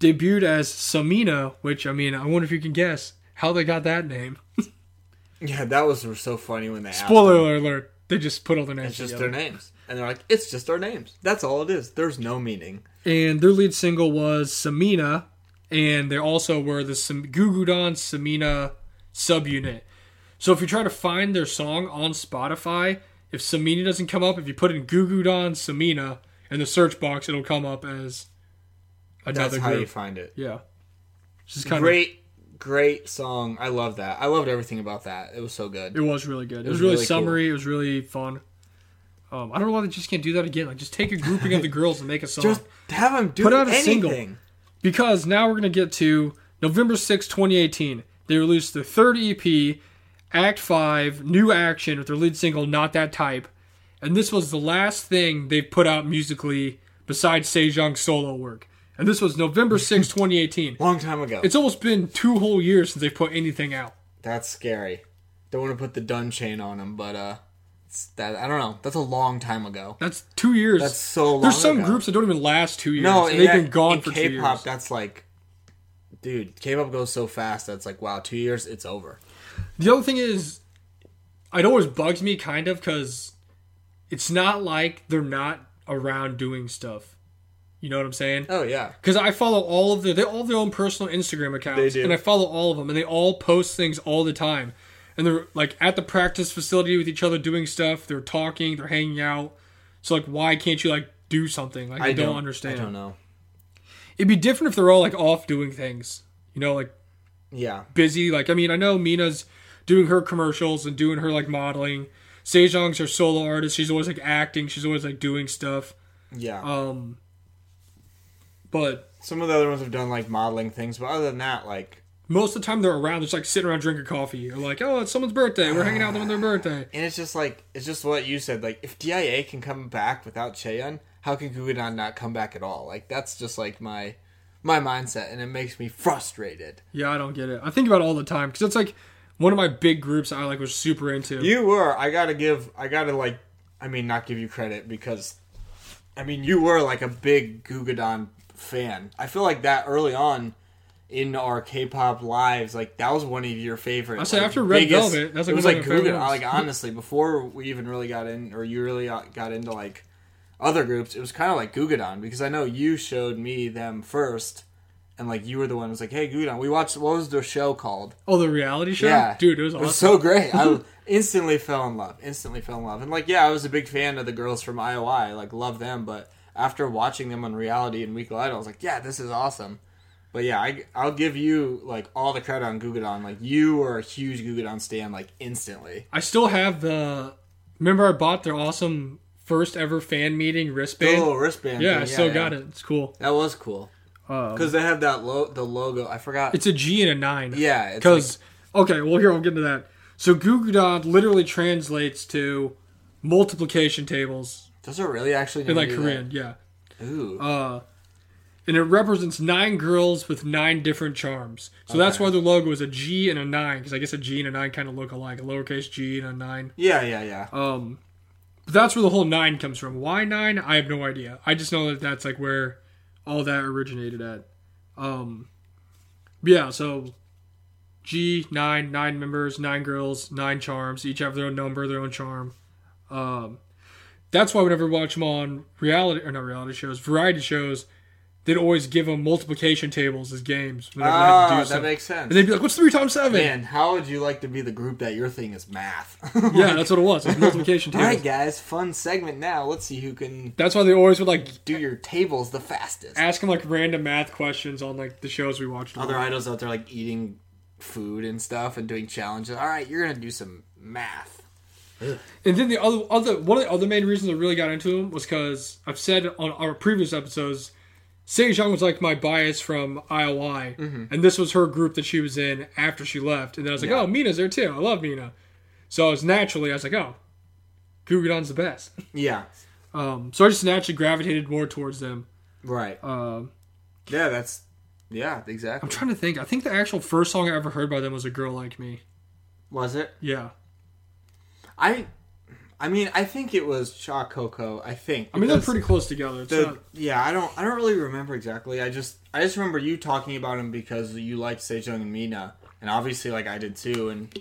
[SPEAKER 2] debuted as Samina, which, I mean, I wonder if you can guess how they got that name.
[SPEAKER 1] Yeah, that was so funny when they asked them.
[SPEAKER 2] Spoiler alert. They just put all their names
[SPEAKER 1] It's just
[SPEAKER 2] together.
[SPEAKER 1] their names. And they're like, it's just our names. That's all it is. There's no meaning.
[SPEAKER 2] and their lead single was Samina, and they also were the Sam- Gugudan Samina subunit. So if you try to find their song on Spotify, if Samina doesn't come up, if you put in Gugudan Samina in the search box, it'll come up as
[SPEAKER 1] That's
[SPEAKER 2] another
[SPEAKER 1] how you
[SPEAKER 2] group.
[SPEAKER 1] find it.
[SPEAKER 2] yeah, which is kind
[SPEAKER 1] great, great song. I love that. I loved everything about that. It was so good.
[SPEAKER 2] of it was really good. It, was,
[SPEAKER 1] was
[SPEAKER 2] really,
[SPEAKER 1] really cool.
[SPEAKER 2] summery. It was really fun. Um, I don't know why they just can't do that again. Like just take a grouping of the girls and make a song.
[SPEAKER 1] Just have them do
[SPEAKER 2] Put out a
[SPEAKER 1] anything.
[SPEAKER 2] single. because now we're going to get to November sixth, 2018. They released their third EP, Act 5, New Action, with their lead single, Not That Type. And this was the last thing they put out musically besides Sejong's solo work. And this was November sixth, 2018.
[SPEAKER 1] Long time ago.
[SPEAKER 2] It's almost been two whole years since they've put anything out.
[SPEAKER 1] That's scary. Don't want to put the dun chain on them, but uh, it's that I don't know. That's a long time ago.
[SPEAKER 2] That's two years.
[SPEAKER 1] That's so long.
[SPEAKER 2] There's some
[SPEAKER 1] ago.
[SPEAKER 2] groups that don't even last two years.
[SPEAKER 1] No,
[SPEAKER 2] and they've
[SPEAKER 1] yeah,
[SPEAKER 2] been gone
[SPEAKER 1] in
[SPEAKER 2] for
[SPEAKER 1] K-pop,
[SPEAKER 2] two years.
[SPEAKER 1] That's like, dude, K-pop goes so fast. That's like, wow, two years, it's over.
[SPEAKER 2] The other thing is, it always bugs me kind of because it's not like they're not around doing stuff. You know what I'm saying?
[SPEAKER 1] Oh yeah,
[SPEAKER 2] Because I follow all of their they all have their own personal Instagram accounts,
[SPEAKER 1] They do.
[SPEAKER 2] and I follow all of them, and they all post things all the time. And they're like at the practice facility with each other doing stuff. They're talking, they're hanging out. So like, why can't you like do something? Like I, don't, understand.
[SPEAKER 1] I don't know.
[SPEAKER 2] It'd be different if they're all like off doing things. You know, like
[SPEAKER 1] Yeah.
[SPEAKER 2] busy. Like, I mean, I know Mina's doing her commercials and doing her like modeling. Sejong's her solo artist. She's always like acting. She's always like doing stuff.
[SPEAKER 1] Yeah.
[SPEAKER 2] Um, but
[SPEAKER 1] Some of the other ones have done like modeling things, but other than that, like,
[SPEAKER 2] most of the time they're around, they're just like sitting around drinking coffee or like, oh, it's someone's birthday. We're hanging out with them on their birthday.
[SPEAKER 1] and it's just like it's just what you said. Like, if DIA can come back without Cheon, how can Gugudan not come back at all? Like, that's just like my my mindset, and it makes me frustrated.
[SPEAKER 2] Yeah, I don't get it. I think about it all the time because it's like one of my big groups I like was super into.
[SPEAKER 1] You were. I gotta give. I gotta like. I mean, not give you credit because, I mean, you were like a big Gugadon fan. I feel like that early on in our K-pop lives, like that was one of your favorite.
[SPEAKER 2] I say
[SPEAKER 1] like,
[SPEAKER 2] after Red Velvet, that's, like,
[SPEAKER 1] it was
[SPEAKER 2] one
[SPEAKER 1] like
[SPEAKER 2] of my favorite
[SPEAKER 1] Gugadon.
[SPEAKER 2] ones.
[SPEAKER 1] Like honestly, before we even really got in, or you really got got into like other groups, it was kind of like Gugadon because I know you showed me them first. And like you were the one who was like, "Hey, Gugadon, we watched what was the show called?"
[SPEAKER 2] Oh, the reality show,
[SPEAKER 1] Yeah,
[SPEAKER 2] dude, it was
[SPEAKER 1] It
[SPEAKER 2] awesome.
[SPEAKER 1] was so great. I instantly fell in love. Instantly fell in love. And like, yeah, I was a big fan of the girls from IOI. Like, love them. But after watching them on Reality and Weekly Idol, I was like, yeah, this is awesome. But yeah, I, I'll give you like all the credit on Gugadon. Like, you were a huge Gugadon stan. Like, instantly.
[SPEAKER 2] I still have the. Remember, I bought their awesome first ever fan meeting
[SPEAKER 1] The
[SPEAKER 2] wristband.
[SPEAKER 1] little wristband.
[SPEAKER 2] Oh, yeah,
[SPEAKER 1] thing.
[SPEAKER 2] I still got it. It's cool.
[SPEAKER 1] That was cool
[SPEAKER 2] Um,
[SPEAKER 1] because they have that lo- the logo. I forgot.
[SPEAKER 2] It's a G and a nine.
[SPEAKER 1] yeah, it's
[SPEAKER 2] Because okay, well here I'll get into that. So Gugudan literally translates to multiplication tables
[SPEAKER 1] like, those are really actually
[SPEAKER 2] in like
[SPEAKER 1] do
[SPEAKER 2] Korean. Yeah.
[SPEAKER 1] that. Ooh,
[SPEAKER 2] Uh, and it represents nine girls with nine different charms. So that's
[SPEAKER 1] Okay.
[SPEAKER 2] why the logo is a G and a nine, because I guess a G and a nine kind of look alike, a lowercase G and a nine.
[SPEAKER 1] yeah, yeah, yeah.
[SPEAKER 2] Um, but that's where the whole nine comes from. Why nine? I have no idea. I just know that that's like where all that originated at. Um, yeah. So G nine nine members, nine girls, nine charms. Each have their own number, their own charm. Um, that's why whenever we watch them on reality or not reality shows, variety shows, they'd always give them multiplication tables as games. Whenever they had to do
[SPEAKER 1] Ah, that
[SPEAKER 2] something.
[SPEAKER 1] makes sense.
[SPEAKER 2] and they'd be like, "What's three times seven?
[SPEAKER 1] Man, how would you like to be the group that your thing is math?
[SPEAKER 2] Yeah, that's what it was. It was multiplication
[SPEAKER 1] All
[SPEAKER 2] tables.
[SPEAKER 1] right, guys, fun segment now. Let's see who can
[SPEAKER 2] That's why they always would like
[SPEAKER 1] do your tables the fastest.
[SPEAKER 2] ask him like random math questions on like the shows we watched.
[SPEAKER 1] Other idols out there like eating food and stuff and doing challenges. All right, you're gonna do some math.
[SPEAKER 2] And then the other other one of the other main reasons I really got into him was because I've said on our previous episodes, Sejong was like my bias from IOI,
[SPEAKER 1] Mm-hmm.
[SPEAKER 2] and this was her group that she was in after she left. And then I was like, oh, Mina's there too. I love Mina. So I was naturally I was like, oh, Gugudan's the best.
[SPEAKER 1] Yeah,
[SPEAKER 2] Um, so I just naturally gravitated more towards them.
[SPEAKER 1] right.
[SPEAKER 2] Um,
[SPEAKER 1] Yeah, that's yeah,
[SPEAKER 2] I'm
[SPEAKER 1] exactly.
[SPEAKER 2] trying to think. I think the actual first song I ever heard by them was "A Girl Like Me."
[SPEAKER 1] Was it?
[SPEAKER 2] Yeah.
[SPEAKER 1] I, I mean, I think it was Cha Coco. I think.
[SPEAKER 2] I mean, they're
[SPEAKER 1] because-
[SPEAKER 2] pretty close together. It's
[SPEAKER 1] The-
[SPEAKER 2] not-
[SPEAKER 1] yeah, I don't I don't really remember exactly. I just I just remember you talking about him because you liked Sejong and Mina, and obviously like I did too. And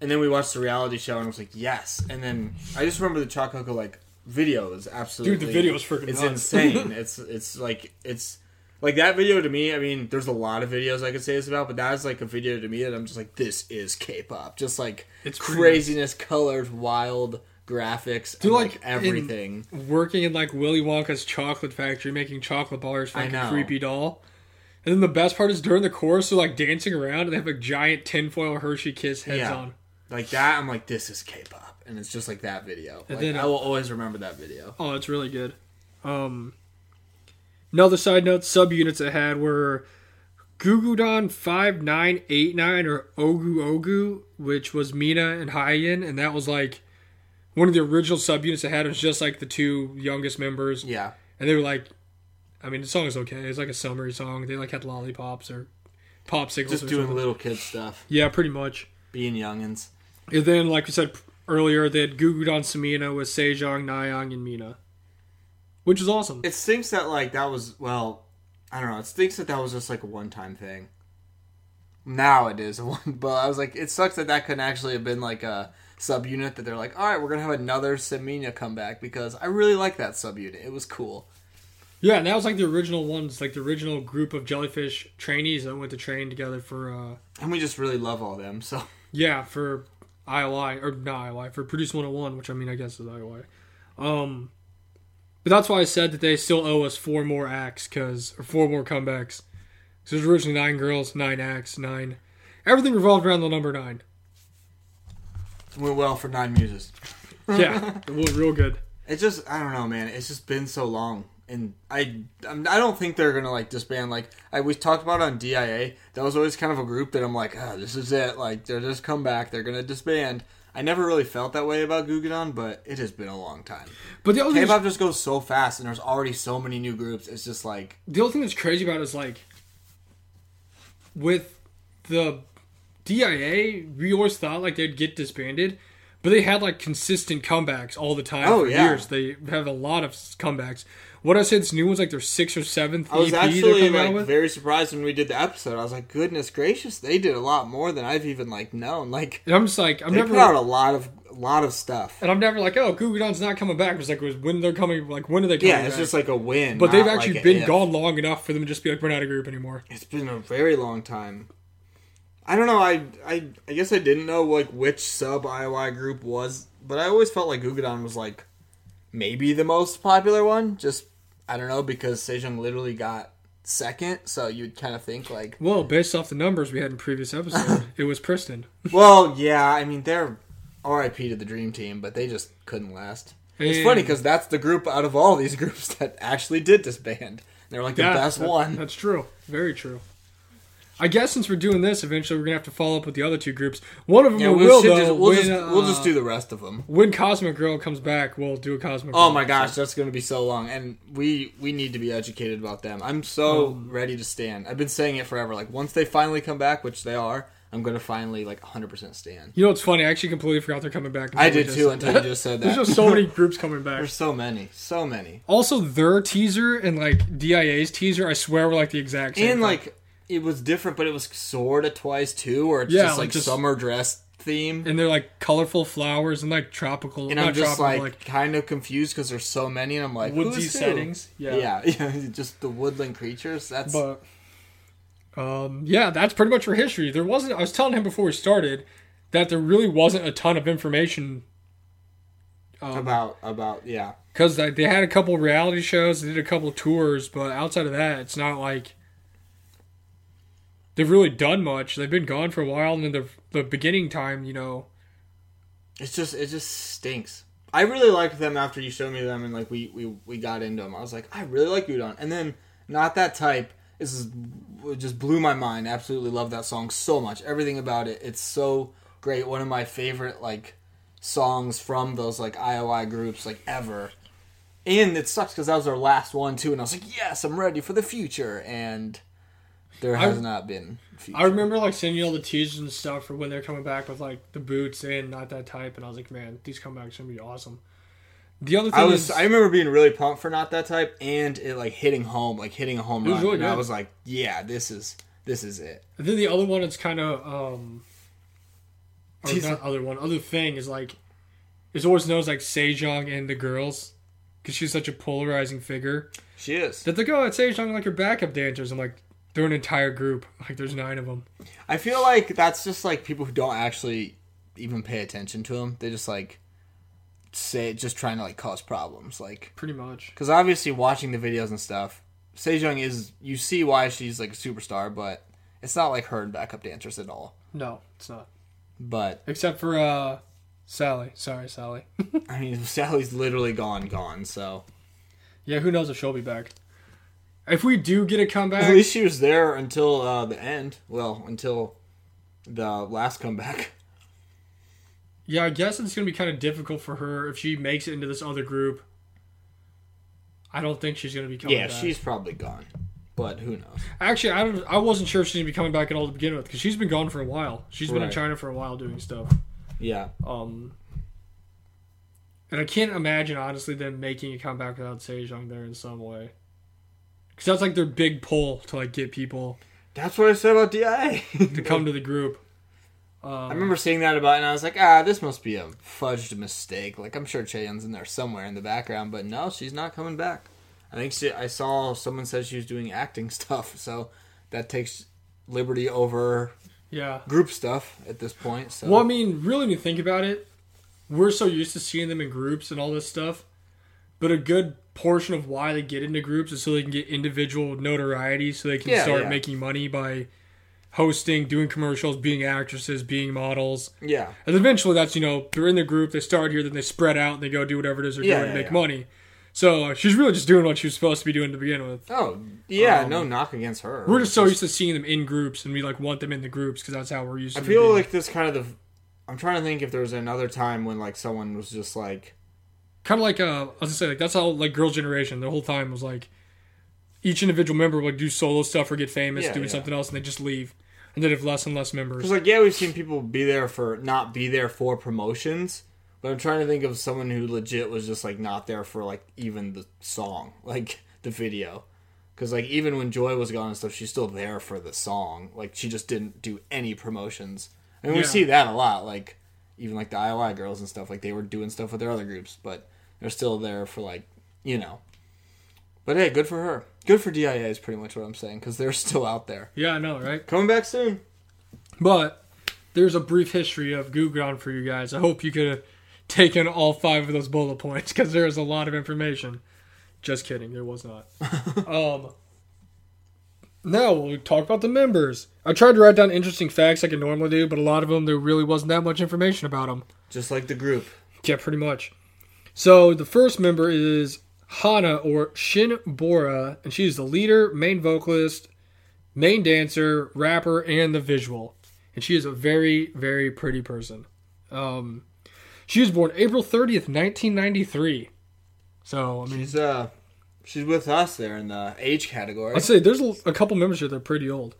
[SPEAKER 1] and then we watched the reality show, and I was like, yes. And then I just remember the Chococo like video is absolutely
[SPEAKER 2] Dude, the video is freaking
[SPEAKER 1] it's
[SPEAKER 2] nuts.
[SPEAKER 1] insane. it's it's like it's like that video to me. I mean, there's a lot of videos I could say this about, but that is like a video to me that I'm just like, this is K-pop, just like
[SPEAKER 2] It's pretty
[SPEAKER 1] craziness, colors, wild graphics, and, like,
[SPEAKER 2] like, in-
[SPEAKER 1] everything.
[SPEAKER 2] working in like Willy Wonka's chocolate factory, making chocolate bars for
[SPEAKER 1] I
[SPEAKER 2] like
[SPEAKER 1] know.
[SPEAKER 2] a creepy doll. And then the best part is during the chorus, they're like dancing around and they have like giant tinfoil Hershey Kiss heads
[SPEAKER 1] Yeah.
[SPEAKER 2] on.
[SPEAKER 1] like that i'm like this is k-pop and it's just like that video like,
[SPEAKER 2] then-
[SPEAKER 1] i will always remember that video
[SPEAKER 2] Oh, it's really good. Um, another side note: subunits I had were Gugudon five nine eight nine or Ogu Ogu, which was Mina and Hyun, and that was like one of the original subunits I had was just like the two youngest members.
[SPEAKER 1] yeah
[SPEAKER 2] and they were like, I mean, the song is okay. It's like a summery song. They like had lollipops or popsicles.
[SPEAKER 1] just
[SPEAKER 2] or
[SPEAKER 1] doing
[SPEAKER 2] something.
[SPEAKER 1] little kid stuff
[SPEAKER 2] yeah, pretty much.
[SPEAKER 1] being youngins
[SPEAKER 2] And then, like we said earlier, they had Gugudan Samina with Sejong, Nayeong, and Mina, which is awesome.
[SPEAKER 1] it stinks that like that was well i don't know it stinks that that was just like a one-time thing now it is a one but i was like it sucks that that couldn't actually have been like a subunit that they're like all right we're gonna have another semina comeback because i really like that subunit it was cool
[SPEAKER 2] Yeah, and that was like the original ones, like the original group of jellyfish trainees that went to train together for, uh
[SPEAKER 1] and we just really love all them so
[SPEAKER 2] yeah, for IOI or not IOI for Produce 101, which I mean, I guess is IOI. Um, but that's why I said that they still owe us four more acts, cause or four more comebacks. So there's originally nine girls, nine acts, nine. Everything revolved around the number nine.
[SPEAKER 1] Went well for nine muses.
[SPEAKER 2] Yeah, it was real good.
[SPEAKER 1] It's just I don't know, man. It's just been so long, and I I'm- I don't think they're gonna like disband. Like I we talked about on DIA, that was always kind of a group that I'm like, ah, this is it. Like they're just come back. They're gonna disband. I never really felt that way about Guggenheim, but it has been a long time.
[SPEAKER 2] But the other thing,
[SPEAKER 1] K-pop just goes so fast, and there's already so many new groups. It's just like
[SPEAKER 2] the other thing that's crazy about it is like with the DIA, we always thought like they'd get disbanded, but they had like consistent comebacks all the time
[SPEAKER 1] Oh,
[SPEAKER 2] for
[SPEAKER 1] yeah.
[SPEAKER 2] years. They have a lot of s- comebacks. What I said, this new one's like their sixth or seventh
[SPEAKER 1] I was
[SPEAKER 2] EP they're
[SPEAKER 1] actually
[SPEAKER 2] coming out
[SPEAKER 1] like
[SPEAKER 2] with.
[SPEAKER 1] very surprised when we did the episode. I was like, goodness gracious, they did a lot more than I've even like known. Like
[SPEAKER 2] and I'm just like, I'm
[SPEAKER 1] they
[SPEAKER 2] never
[SPEAKER 1] put out a lot of a lot of stuff.
[SPEAKER 2] And I'm never like, oh, Guggenheim's not coming back. It's like, it was when they're coming, like, when are they coming
[SPEAKER 1] Yeah,
[SPEAKER 2] back?
[SPEAKER 1] it's just like a win.
[SPEAKER 2] but they've
[SPEAKER 1] not
[SPEAKER 2] actually
[SPEAKER 1] like a
[SPEAKER 2] been
[SPEAKER 1] if.
[SPEAKER 2] gone long enough for them to just be like, we're not a group anymore.
[SPEAKER 1] It's been a very long time. I don't know. I I, I guess I didn't know like which sub IY group was, but I always felt like Gugudon was like maybe the most popular one. Just I don't know because Sejong literally got second, so you'd kind of think like,
[SPEAKER 2] Well, based off the numbers we had in previous episode, it was Priston.
[SPEAKER 1] well, yeah. I mean, they're RIP to the Dream Team, but they just couldn't last. It's
[SPEAKER 2] And-
[SPEAKER 1] funny because that's the group out of all these groups that actually did disband. They're like the best
[SPEAKER 2] that-
[SPEAKER 1] one.
[SPEAKER 2] That's true. Very true. I guess since we're doing this, eventually we're gonna have to follow up with the other two groups. One of them
[SPEAKER 1] Yeah,
[SPEAKER 2] we
[SPEAKER 1] we
[SPEAKER 2] will
[SPEAKER 1] should
[SPEAKER 2] though.
[SPEAKER 1] just, we'll,
[SPEAKER 2] when,
[SPEAKER 1] just, we'll just
[SPEAKER 2] uh,
[SPEAKER 1] do the rest of them.
[SPEAKER 2] when Cosmic Girl comes back. We'll do a Cosmic.
[SPEAKER 1] Oh
[SPEAKER 2] Girl.
[SPEAKER 1] my gosh, that's going to be so long, and we we need to be educated about them. I'm so
[SPEAKER 2] Um,
[SPEAKER 1] ready to stand. I've been saying it forever. Like once they finally come back, which they are, I'm going to finally like 100% stand.
[SPEAKER 2] You know what's funny? I actually completely forgot they're coming back.
[SPEAKER 1] I
[SPEAKER 2] until we
[SPEAKER 1] did
[SPEAKER 2] just
[SPEAKER 1] too
[SPEAKER 2] said
[SPEAKER 1] until
[SPEAKER 2] that.
[SPEAKER 1] you just said that.
[SPEAKER 2] There's just so many groups coming back.
[SPEAKER 1] There's so many, so many,
[SPEAKER 2] Also, their teaser and like DIA's teaser, I swear, were like the exact same.
[SPEAKER 1] and
[SPEAKER 2] thing.
[SPEAKER 1] like it was different, but it was sort of twice too, or it's
[SPEAKER 2] Yeah,
[SPEAKER 1] just
[SPEAKER 2] like,
[SPEAKER 1] like,
[SPEAKER 2] just-
[SPEAKER 1] summer dress theme.
[SPEAKER 2] and they're like colorful flowers and like tropical.
[SPEAKER 1] and
[SPEAKER 2] not
[SPEAKER 1] I'm just
[SPEAKER 2] tropical,
[SPEAKER 1] like,
[SPEAKER 2] like
[SPEAKER 1] kind of confused because there's so many, and I'm like, who's
[SPEAKER 2] woodsy
[SPEAKER 1] who?
[SPEAKER 2] settings. Yeah.
[SPEAKER 1] Yeah, yeah, just the woodland creatures. That's
[SPEAKER 2] But um, yeah, that's pretty much for history. There wasn't. I was telling him before we started that there really wasn't a ton of information um,
[SPEAKER 1] about about yeah.
[SPEAKER 2] because like, they had a couple reality shows, they did a couple tours, but outside of that, it's not like they've really done much. They've been gone for a while, and in the the beginning time, you know,
[SPEAKER 1] It's just it just stinks. I really liked them after you showed me them and like we we, we got into them. I was like, I really like Udon. And then not that type is it just blew my mind. I absolutely love that song so much. Everything about it. It's so great. One of my favorite like songs from those like IOI groups like ever. And it sucks because that was their last one too. And I was like, yes, I'm ready for the future. And there has not been. Future.
[SPEAKER 2] I remember like sending you all the teasers and stuff for when they're coming back with like the boots and not that type, and I was like, man, these comebacks are gonna be awesome. The other thing
[SPEAKER 1] I was
[SPEAKER 2] is,
[SPEAKER 1] I remember being really pumped for not that type and it like hitting home, like hitting a home
[SPEAKER 2] was
[SPEAKER 1] run.
[SPEAKER 2] really
[SPEAKER 1] and I
[SPEAKER 2] good.
[SPEAKER 1] was like, yeah, this is this is it.
[SPEAKER 2] and then the other one is kind of um, or
[SPEAKER 1] Teaser.
[SPEAKER 2] not other one, other thing is like, is always known as like Sejong and the girls, because she's such a polarizing figure
[SPEAKER 1] She is.
[SPEAKER 2] that they go, oh, it's Sejong like your backup dancers. I'm like, they're an entire group, like there's nine of them.
[SPEAKER 1] I feel like that's just like people who don't actually even pay attention to them. They just like say just trying to like cause problems, like
[SPEAKER 2] Pretty much.
[SPEAKER 1] because obviously watching the videos and stuff, Sejong is you see why she's like a superstar, but it's not like her and backup dancers at all.
[SPEAKER 2] No, it's not.
[SPEAKER 1] But
[SPEAKER 2] Except for uh, Sally. Sorry, Sally.
[SPEAKER 1] I mean, Sally's literally gone, gone. So
[SPEAKER 2] Yeah, who knows if she'll be back. If we do get a
[SPEAKER 1] At
[SPEAKER 2] comeback,
[SPEAKER 1] least she was there until uh, the end. Well, until the last comeback.
[SPEAKER 2] yeah, I guess it's going to be kind of difficult for her if she makes it into this other group. I don't think she's going to be coming
[SPEAKER 1] Yeah,
[SPEAKER 2] back.
[SPEAKER 1] she's probably gone. But who knows?
[SPEAKER 2] Actually, I, don't, I wasn't sure if she's going to be coming back at all to begin with because she's been gone for a while. She's been in
[SPEAKER 1] Right.
[SPEAKER 2] China for a while doing stuff.
[SPEAKER 1] Yeah.
[SPEAKER 2] Um, and I can't imagine, honestly, them making a comeback without Sejong there in some way. Because that's like their big pull to like get people
[SPEAKER 1] That's what I said about DIA.
[SPEAKER 2] to come to the group. Um,
[SPEAKER 1] I remember seeing that about it and I was like, ah, this must be a fudged mistake. Like I'm sure Cheyenne's in there somewhere in the background, but no, she's not coming back. I think she I saw someone said she was doing acting stuff, so that takes liberty over
[SPEAKER 2] yeah.
[SPEAKER 1] group stuff at this point. So
[SPEAKER 2] Well, I mean, really, when you think about it, we're so used to seeing them in groups and all this stuff, but a good portion of why they get into groups is so they can get individual notoriety, so they can
[SPEAKER 1] Yeah,
[SPEAKER 2] start
[SPEAKER 1] yeah.
[SPEAKER 2] making money by hosting, doing commercials, being actresses, being models.
[SPEAKER 1] Yeah.
[SPEAKER 2] And eventually, that's you know they're in the group, they start here, then they spread out, and they go do whatever it is they're
[SPEAKER 1] Yeah,
[SPEAKER 2] doing,
[SPEAKER 1] yeah,
[SPEAKER 2] to make
[SPEAKER 1] yeah.
[SPEAKER 2] money. So uh, she's really just doing what she was supposed to be doing to begin with.
[SPEAKER 1] Oh, yeah.
[SPEAKER 2] Um,
[SPEAKER 1] no knock against her.
[SPEAKER 2] We're just so used to seeing them in groups, and we like want them in the groups because that's how we're used.
[SPEAKER 1] I
[SPEAKER 2] to them
[SPEAKER 1] feel
[SPEAKER 2] being.
[SPEAKER 1] like this kind of the. I'm trying to think if there was another time when like someone was just like,
[SPEAKER 2] kind of like uh, I was gonna say like that's how like Girls Generation the whole time was like each individual member would do solo stuff or get famous
[SPEAKER 1] Yeah,
[SPEAKER 2] doing
[SPEAKER 1] yeah.
[SPEAKER 2] something else and they just leave and they'd have less and less members.
[SPEAKER 1] Because like yeah, we've seen people be there for not be there for promotions, but I'm trying to think of someone who legit was just like not there for like even the song, like the video. Because like even when Joy was gone and stuff, she's still there for the song. Like she just didn't do any promotions, and we
[SPEAKER 2] Yeah.
[SPEAKER 1] see that a lot. Like even like the IOI girls and stuff, like they were doing stuff with their other groups, but they're still there for like you know. But hey, good for her. Good for DIA is pretty much what I'm saying because they're still out there.
[SPEAKER 2] Yeah, I know, right?
[SPEAKER 1] Coming back soon.
[SPEAKER 2] But there's a brief history of Gugron for you guys. I hope you could have taken all five of those bullet points because there is a lot of information. Just kidding, there was not. um, now we'll talk about the members. I tried to write down interesting facts like I normally do, but a lot of them there really wasn't that much information about them.
[SPEAKER 1] Just like the group.
[SPEAKER 2] Yeah, pretty much. So the first member is Hana or Shin Bora, and she's the leader, main vocalist, main dancer, rapper, and the visual. And she is a very, very pretty person. Um, she was born April 30th, 1993. So, I mean,
[SPEAKER 1] She's uh, she's with us there in the age category.
[SPEAKER 2] I'd say there's a a couple members here that are pretty old.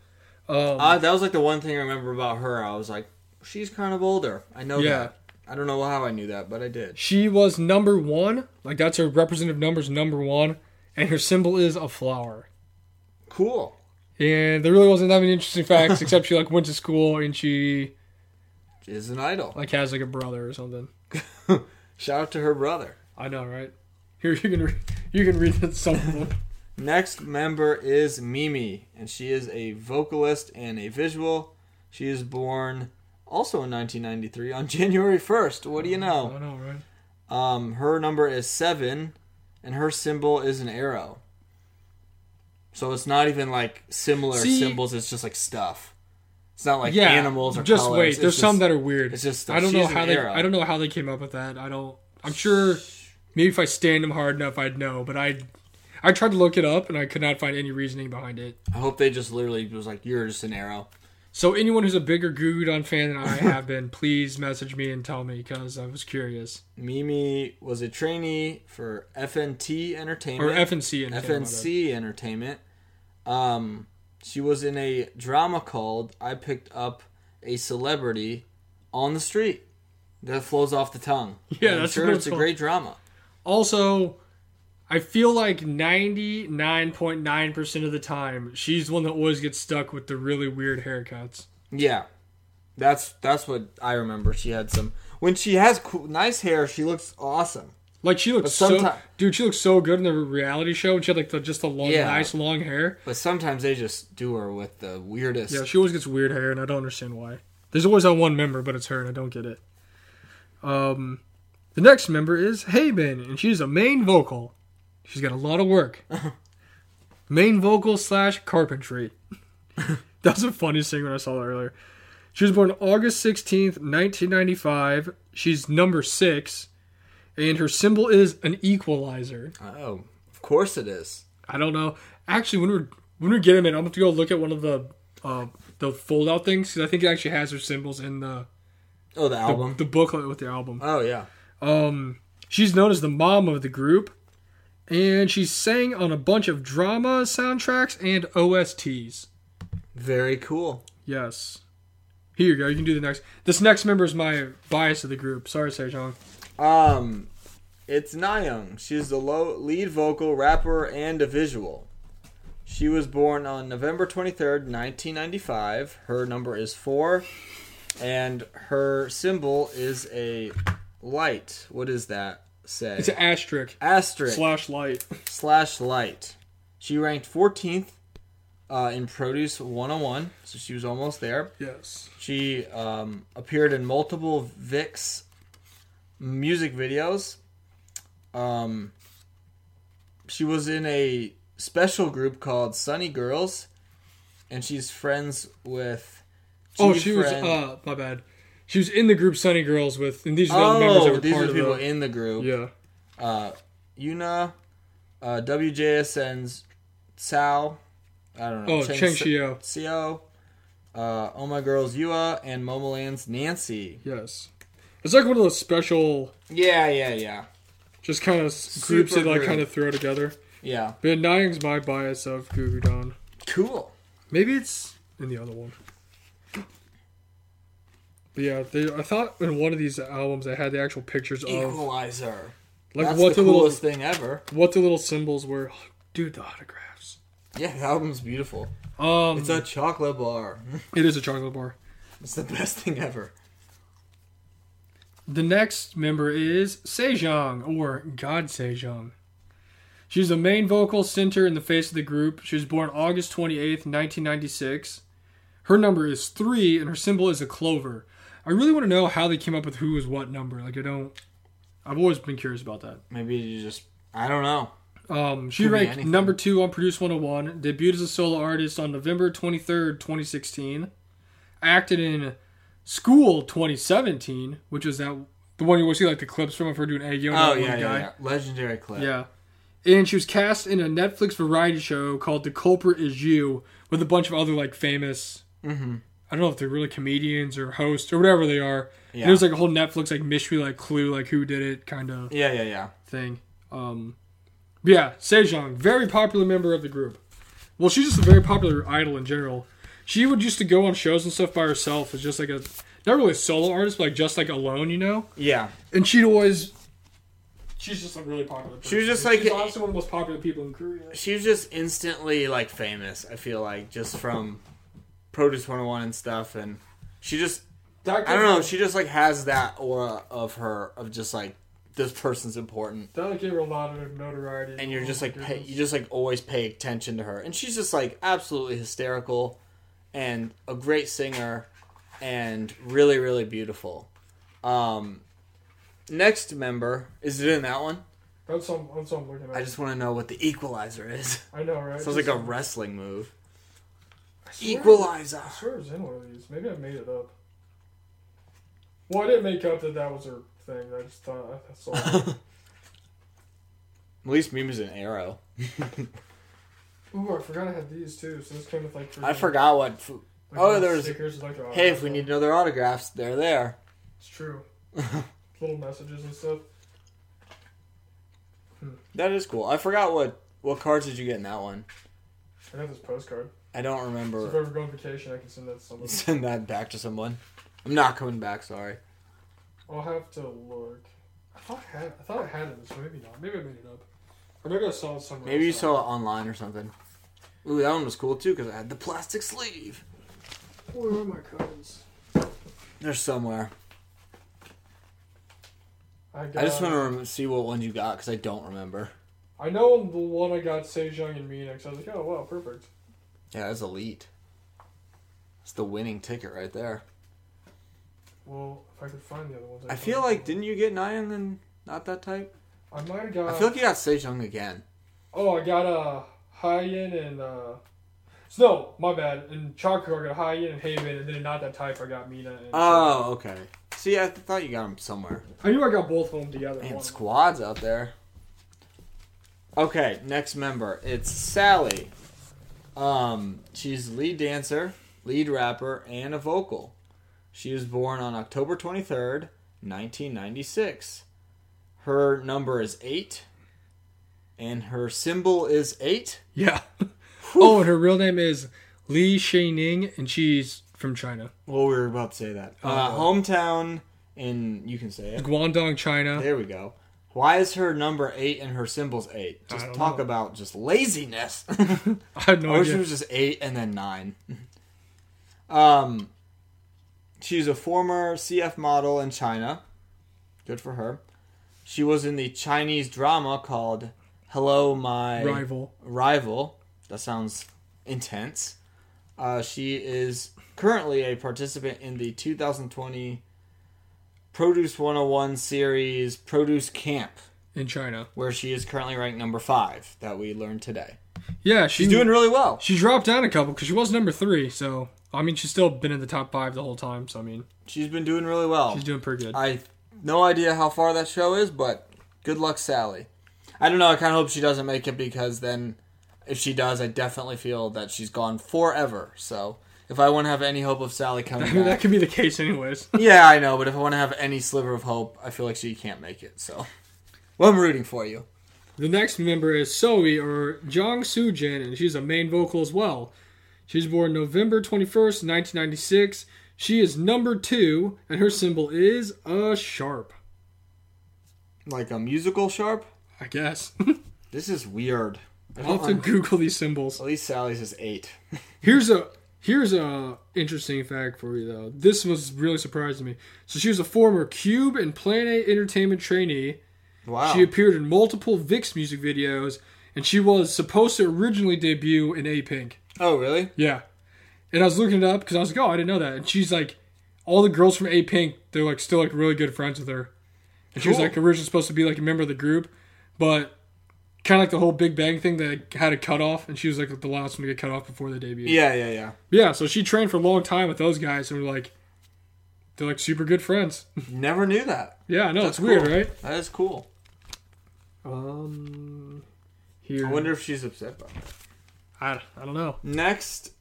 [SPEAKER 2] Um,
[SPEAKER 1] Uh, that was like the one thing I remember about her. I was like, she's kind of older. I know
[SPEAKER 2] Yeah.
[SPEAKER 1] that. I don't know how I knew that, but I did.
[SPEAKER 2] She was number one. Like, that's her representative numbers, number one. And her symbol is a flower.
[SPEAKER 1] Cool.
[SPEAKER 2] And there really wasn't that many interesting facts, except she like went to school and she
[SPEAKER 1] She's an idol.
[SPEAKER 2] like has like a brother or something.
[SPEAKER 1] Shout out to her brother.
[SPEAKER 2] I know, right? Here you can re- you can read that some of them.
[SPEAKER 1] Next member is Mimi, and she is a vocalist and a visual. She is born also in 1993 on January 1st. What do you know?
[SPEAKER 2] I know, right?
[SPEAKER 1] Um, her number is seven, and her symbol is an arrow. So it's not even like similar
[SPEAKER 2] See-
[SPEAKER 1] symbols. It's just like stuff. It's not like
[SPEAKER 2] yeah,
[SPEAKER 1] animals or
[SPEAKER 2] just
[SPEAKER 1] colors.
[SPEAKER 2] wait.
[SPEAKER 1] It's
[SPEAKER 2] There's
[SPEAKER 1] just-
[SPEAKER 2] some that are weird.
[SPEAKER 1] it's just stuff.
[SPEAKER 2] I don't
[SPEAKER 1] She's
[SPEAKER 2] know
[SPEAKER 1] an
[SPEAKER 2] how they
[SPEAKER 1] arrow.
[SPEAKER 2] I don't know how they came up with that. I don't. I'm sure. Maybe if I stand them hard enough, I'd know. But I I tried to look it up and I could not find any reasoning behind it.
[SPEAKER 1] I hope they just literally was like, "You're just an arrow."
[SPEAKER 2] So anyone who's a bigger Gugudon fan than I have been, please message me and tell me because I was curious.
[SPEAKER 1] Mimi was a trainee for FNT
[SPEAKER 2] Or
[SPEAKER 1] Entertainment
[SPEAKER 2] FNC and
[SPEAKER 1] FNC Entertainment. Um, she was in a drama called "I Picked Up a Celebrity on the Street." That flows off the tongue.
[SPEAKER 2] Yeah,
[SPEAKER 1] I'm
[SPEAKER 2] that's
[SPEAKER 1] sure
[SPEAKER 2] what
[SPEAKER 1] it's
[SPEAKER 2] it's
[SPEAKER 1] a
[SPEAKER 2] called.
[SPEAKER 1] great drama.
[SPEAKER 2] Also, I feel like 99.9% of the time, she's the one that always gets stuck with the really weird haircuts.
[SPEAKER 1] Yeah, that's that's what I remember. She had some when she has cool, nice hair. She looks awesome.
[SPEAKER 2] Like she looks so,
[SPEAKER 1] someti-
[SPEAKER 2] dude. She looks so good in the reality show, and she had like the, just the long,
[SPEAKER 1] Yeah.
[SPEAKER 2] nice long hair.
[SPEAKER 1] But sometimes they just do her with the weirdest.
[SPEAKER 2] Yeah, she always gets weird hair, and I don't understand why. There's always that one member, but it's her, and I don't get it. Um, the next member is Haben, and she's a main vocal. She's got a lot of work. main vocal slash carpentry. that was a funny thing when I saw that earlier. She was born August 16th, 1995. She's number six, and her symbol is an equalizer.
[SPEAKER 1] Oh, of course it is.
[SPEAKER 2] I don't know. Actually, when we're when we get him in, I'm gonna have to go look at one of the uh, the fold out things because I think it actually has her symbols in the
[SPEAKER 1] Oh, the album.
[SPEAKER 2] the booklet with the album.
[SPEAKER 1] oh yeah.
[SPEAKER 2] Um, she's known as the mom of the group, and she sang on a bunch of drama soundtracks and OSTs.
[SPEAKER 1] Very cool.
[SPEAKER 2] Yes. Here you go. You can do the next. This next member is my bias of the group. Sorry, Sejong.
[SPEAKER 1] Um, it's Nayoung. She's the low, lead vocal, rapper, and a visual. She was born on November 23rd, 1995. Her number is 4, and her symbol is a light. What does that say?
[SPEAKER 2] It's an asterisk
[SPEAKER 1] Asterisk
[SPEAKER 2] slash light.
[SPEAKER 1] slash light. She ranked 14th uh, in Produce 101, so she was almost there.
[SPEAKER 2] Yes.
[SPEAKER 1] She um, appeared in multiple Vix music videos. Um, she was in a special group called Sunny Girls, and she's friends with.
[SPEAKER 2] Oh,
[SPEAKER 1] G
[SPEAKER 2] she
[SPEAKER 1] friend-
[SPEAKER 2] was. Uh, my bad. She was in the group Sunny Girls with, and these are the other members that
[SPEAKER 1] oh,
[SPEAKER 2] were
[SPEAKER 1] these
[SPEAKER 2] part
[SPEAKER 1] are the
[SPEAKER 2] of
[SPEAKER 1] people
[SPEAKER 2] the-
[SPEAKER 1] in the group.
[SPEAKER 2] Yeah.
[SPEAKER 1] Uh, Yuna, uh, WJSN's Sao. I don't know.
[SPEAKER 2] Oh, Cheng Shio.
[SPEAKER 1] Seo. Uh, oh my girls, Yua and Momoland's Nancy.
[SPEAKER 2] Yes. It's like one of those special,
[SPEAKER 1] Yeah, yeah, yeah,
[SPEAKER 2] just kind of groups that like
[SPEAKER 1] group.
[SPEAKER 2] kind of throw together.
[SPEAKER 1] yeah.
[SPEAKER 2] But Nying's my bias of Goo Goo Dolls.
[SPEAKER 1] Cool.
[SPEAKER 2] Maybe it's in the other one. But yeah, they, I thought in one of these albums they had the actual pictures of
[SPEAKER 1] Equalizer.
[SPEAKER 2] like
[SPEAKER 1] That's
[SPEAKER 2] what
[SPEAKER 1] the
[SPEAKER 2] the, little
[SPEAKER 1] coolest thing ever.
[SPEAKER 2] what the little symbols were. Dude, the autographs.
[SPEAKER 1] Yeah, the album's beautiful.
[SPEAKER 2] Um,
[SPEAKER 1] It's a chocolate bar.
[SPEAKER 2] it is a chocolate bar.
[SPEAKER 1] It's the best thing ever.
[SPEAKER 2] The next member is Sejong, or God Sejong. She's the main vocal center and the face of the group. She was born August 28th, 1996. Her number is 3, and her symbol is a clover. I really want to know how they came up with who is what number. Like, I don't. I've always been curious about that.
[SPEAKER 1] Maybe you just I don't know.
[SPEAKER 2] Um, she
[SPEAKER 1] Could be
[SPEAKER 2] ranked
[SPEAKER 1] anything.
[SPEAKER 2] number two on Produce 101, debuted as a solo artist on November 23rd, 2016, acted in School 2017, which was that the one you always see like the clips from of her doing Aegyo.
[SPEAKER 1] Oh
[SPEAKER 2] that
[SPEAKER 1] yeah,
[SPEAKER 2] one
[SPEAKER 1] yeah,
[SPEAKER 2] guy.
[SPEAKER 1] yeah. Legendary clip.
[SPEAKER 2] yeah. And she was cast in a Netflix variety show called The Culprit Is You with a bunch of other like famous,
[SPEAKER 1] Mm-hmm.
[SPEAKER 2] I don't know if they're really comedians or hosts or whatever they are.
[SPEAKER 1] Yeah.
[SPEAKER 2] There's like a whole Netflix like mystery like clue like who did it kind of
[SPEAKER 1] Yeah, yeah, yeah.
[SPEAKER 2] thing. Um, but yeah, Sejong, very popular member of the group. Well, she's just a very popular idol in general. She would used to go on shows and stuff by herself as just like a not really a solo artist, but like just like alone, you know.
[SPEAKER 1] Yeah.
[SPEAKER 2] And she'd always. She's just a really popular. Person.
[SPEAKER 1] She was just like-
[SPEAKER 2] she's honestly one of the most popular people in Korea.
[SPEAKER 1] She was just instantly like famous, I feel like, just from Produce 101 and stuff and she just
[SPEAKER 2] That
[SPEAKER 1] I don't know, she just like has that aura of her of just like this person's important.
[SPEAKER 2] That like, gave her a lot of notoriety.
[SPEAKER 1] And you're just like pay,
[SPEAKER 2] Oh, Goodness.
[SPEAKER 1] you just like always pay attention to her. And she's just like absolutely hysterical and a great singer and really really beautiful. Um next member is it in that one?
[SPEAKER 2] That's some. That's some looking at.
[SPEAKER 1] I just want to know what the equalizer is.
[SPEAKER 2] I know, right?
[SPEAKER 1] Sounds like a wrestling move.
[SPEAKER 2] I swear-
[SPEAKER 1] Equalizer.
[SPEAKER 2] I swear it was in one of these. Maybe I made it up. Well, I didn't make up that that was her thing. I just thought I saw it.
[SPEAKER 1] At least Mima's an arrow.
[SPEAKER 2] Ooh, I forgot I had these too. So this came with like.
[SPEAKER 1] I
[SPEAKER 2] freaking,
[SPEAKER 1] forgot what. Fu-
[SPEAKER 2] Like,
[SPEAKER 1] Oh,
[SPEAKER 2] little
[SPEAKER 1] there's-
[SPEAKER 2] Stickers with, like, an
[SPEAKER 1] hey, if
[SPEAKER 2] autograph
[SPEAKER 1] we
[SPEAKER 2] on
[SPEAKER 1] need
[SPEAKER 2] it.
[SPEAKER 1] another autographs, they're there.
[SPEAKER 2] It's true. Little messages and stuff.
[SPEAKER 1] That is cool. I forgot what what cards did you get in that one.
[SPEAKER 2] I got this postcard.
[SPEAKER 1] I don't
[SPEAKER 2] So if
[SPEAKER 1] remember.
[SPEAKER 2] I ever go on vacation, I can send that to someone.
[SPEAKER 1] Send that back to someone. I'm not coming back. Sorry.
[SPEAKER 2] I'll have to look. I thought I had. I thought I had it, so maybe not. Maybe I made it up. Or maybe I saw it somewhere.
[SPEAKER 1] Maybe you
[SPEAKER 2] else.
[SPEAKER 1] saw it online or something. Ooh, that one was cool too because I had the plastic sleeve.
[SPEAKER 2] Where are my codes?
[SPEAKER 1] They're somewhere.
[SPEAKER 2] I, got,
[SPEAKER 1] I just want to rem- see what ones you got because I don't remember.
[SPEAKER 2] I know the one I got Sejong and Mina, 'cause I was like, oh wow, perfect.
[SPEAKER 1] Yeah, that's elite. It's the winning ticket right there.
[SPEAKER 2] Well, if I could find the other ones,
[SPEAKER 1] I feel like didn't you get Nyan and not that type?
[SPEAKER 2] I might have got.
[SPEAKER 1] I feel like you got Sejong again.
[SPEAKER 2] oh, I got a high end and uh, so no, my bad. In Chaku, I got high end and Haven, and then not that type. I got Mina. And
[SPEAKER 1] Oh, okay. See, I th- thought you got them somewhere.
[SPEAKER 2] I knew I got both of them together.
[SPEAKER 1] Man,
[SPEAKER 2] One.
[SPEAKER 1] squads out there. Okay, next member. It's Sally. Um, she's lead dancer, lead rapper, and a vocal. She was born on October 23rd, 1996. Her number is 8, and her symbol is 8.
[SPEAKER 2] Yeah. oh, and her real name is Li Shening, and she's from China,
[SPEAKER 1] Well, we were about to say that. Uh, hometown, and you can say it.
[SPEAKER 2] Guangdong, China.
[SPEAKER 1] There we go. Why is her number eight and her symbol's eight?
[SPEAKER 2] I
[SPEAKER 1] Just
[SPEAKER 2] don't
[SPEAKER 1] talk
[SPEAKER 2] know.
[SPEAKER 1] about just laziness.
[SPEAKER 2] I have no
[SPEAKER 1] I wish it
[SPEAKER 2] idea.
[SPEAKER 1] was just eight and then nine. Um, she's a former CF model in China. Good for her. She was in the Chinese drama called "Hello, My
[SPEAKER 2] Rival.
[SPEAKER 1] Rival. That sounds intense. Uh, she is currently a participant in the 2020 Produce 101 series Produce Camp,
[SPEAKER 2] in China.
[SPEAKER 1] where she is currently ranked number five that we learned today.
[SPEAKER 2] Yeah, she,
[SPEAKER 1] She's doing really well.
[SPEAKER 2] She dropped down a couple because she was number three. So I mean, she's still been in the top five the whole time. So I mean,
[SPEAKER 1] She's been doing really well.
[SPEAKER 2] she's doing pretty good.
[SPEAKER 1] I no idea how far that show is, but good luck, Sally. I don't know. I kind of hope she doesn't make it because then, if she does, I definitely feel that she's gone forever. So if I want to have any hope of Sally
[SPEAKER 2] I
[SPEAKER 1] coming
[SPEAKER 2] mean, that
[SPEAKER 1] back,
[SPEAKER 2] could be the case, anyways.
[SPEAKER 1] yeah, I know. But if I want to have any sliver of hope, I feel like she can't make it. So, well, I'm rooting for you.
[SPEAKER 2] the next member is Soe or Jong Soo Jin, and she's a main vocal as well. She's born November twenty first, nineteen ninety six. She is number two, and her symbol is a sharp.
[SPEAKER 1] Like a musical sharp.
[SPEAKER 2] I guess.
[SPEAKER 1] This is weird. I don't
[SPEAKER 2] I'll have to
[SPEAKER 1] un-
[SPEAKER 2] Google these symbols.
[SPEAKER 1] At least Sally's is eight.
[SPEAKER 2] Here's a here's a interesting fact for you though. This was really surprising to me. So she was a former Cube and Planet Entertainment trainee.
[SPEAKER 1] Wow.
[SPEAKER 2] She appeared in multiple Vix music videos, and she was supposed to originally debut in A Pink.
[SPEAKER 1] oh, really?
[SPEAKER 2] Yeah, and I was looking it up because I was like, oh, I didn't know that. And she's like, all the girls from A Pink, they're like still like really good friends with her. And she was
[SPEAKER 1] Cool.
[SPEAKER 2] like originally supposed to be like a member of the group, but kind of like the whole Big Bang thing, they had a cut off, and she was like the last one to get cut off before they debuted.
[SPEAKER 1] Yeah, yeah, yeah.
[SPEAKER 2] Yeah, so she trained for a long time with those guys, and we're like, they're like super good friends.
[SPEAKER 1] Never knew that.
[SPEAKER 2] yeah, I know
[SPEAKER 1] That's
[SPEAKER 2] it's weird,
[SPEAKER 1] cool.
[SPEAKER 2] right?
[SPEAKER 1] That is cool.
[SPEAKER 2] Um, here,
[SPEAKER 1] I wonder if she's upset by that.
[SPEAKER 2] I, I don't know.
[SPEAKER 1] Next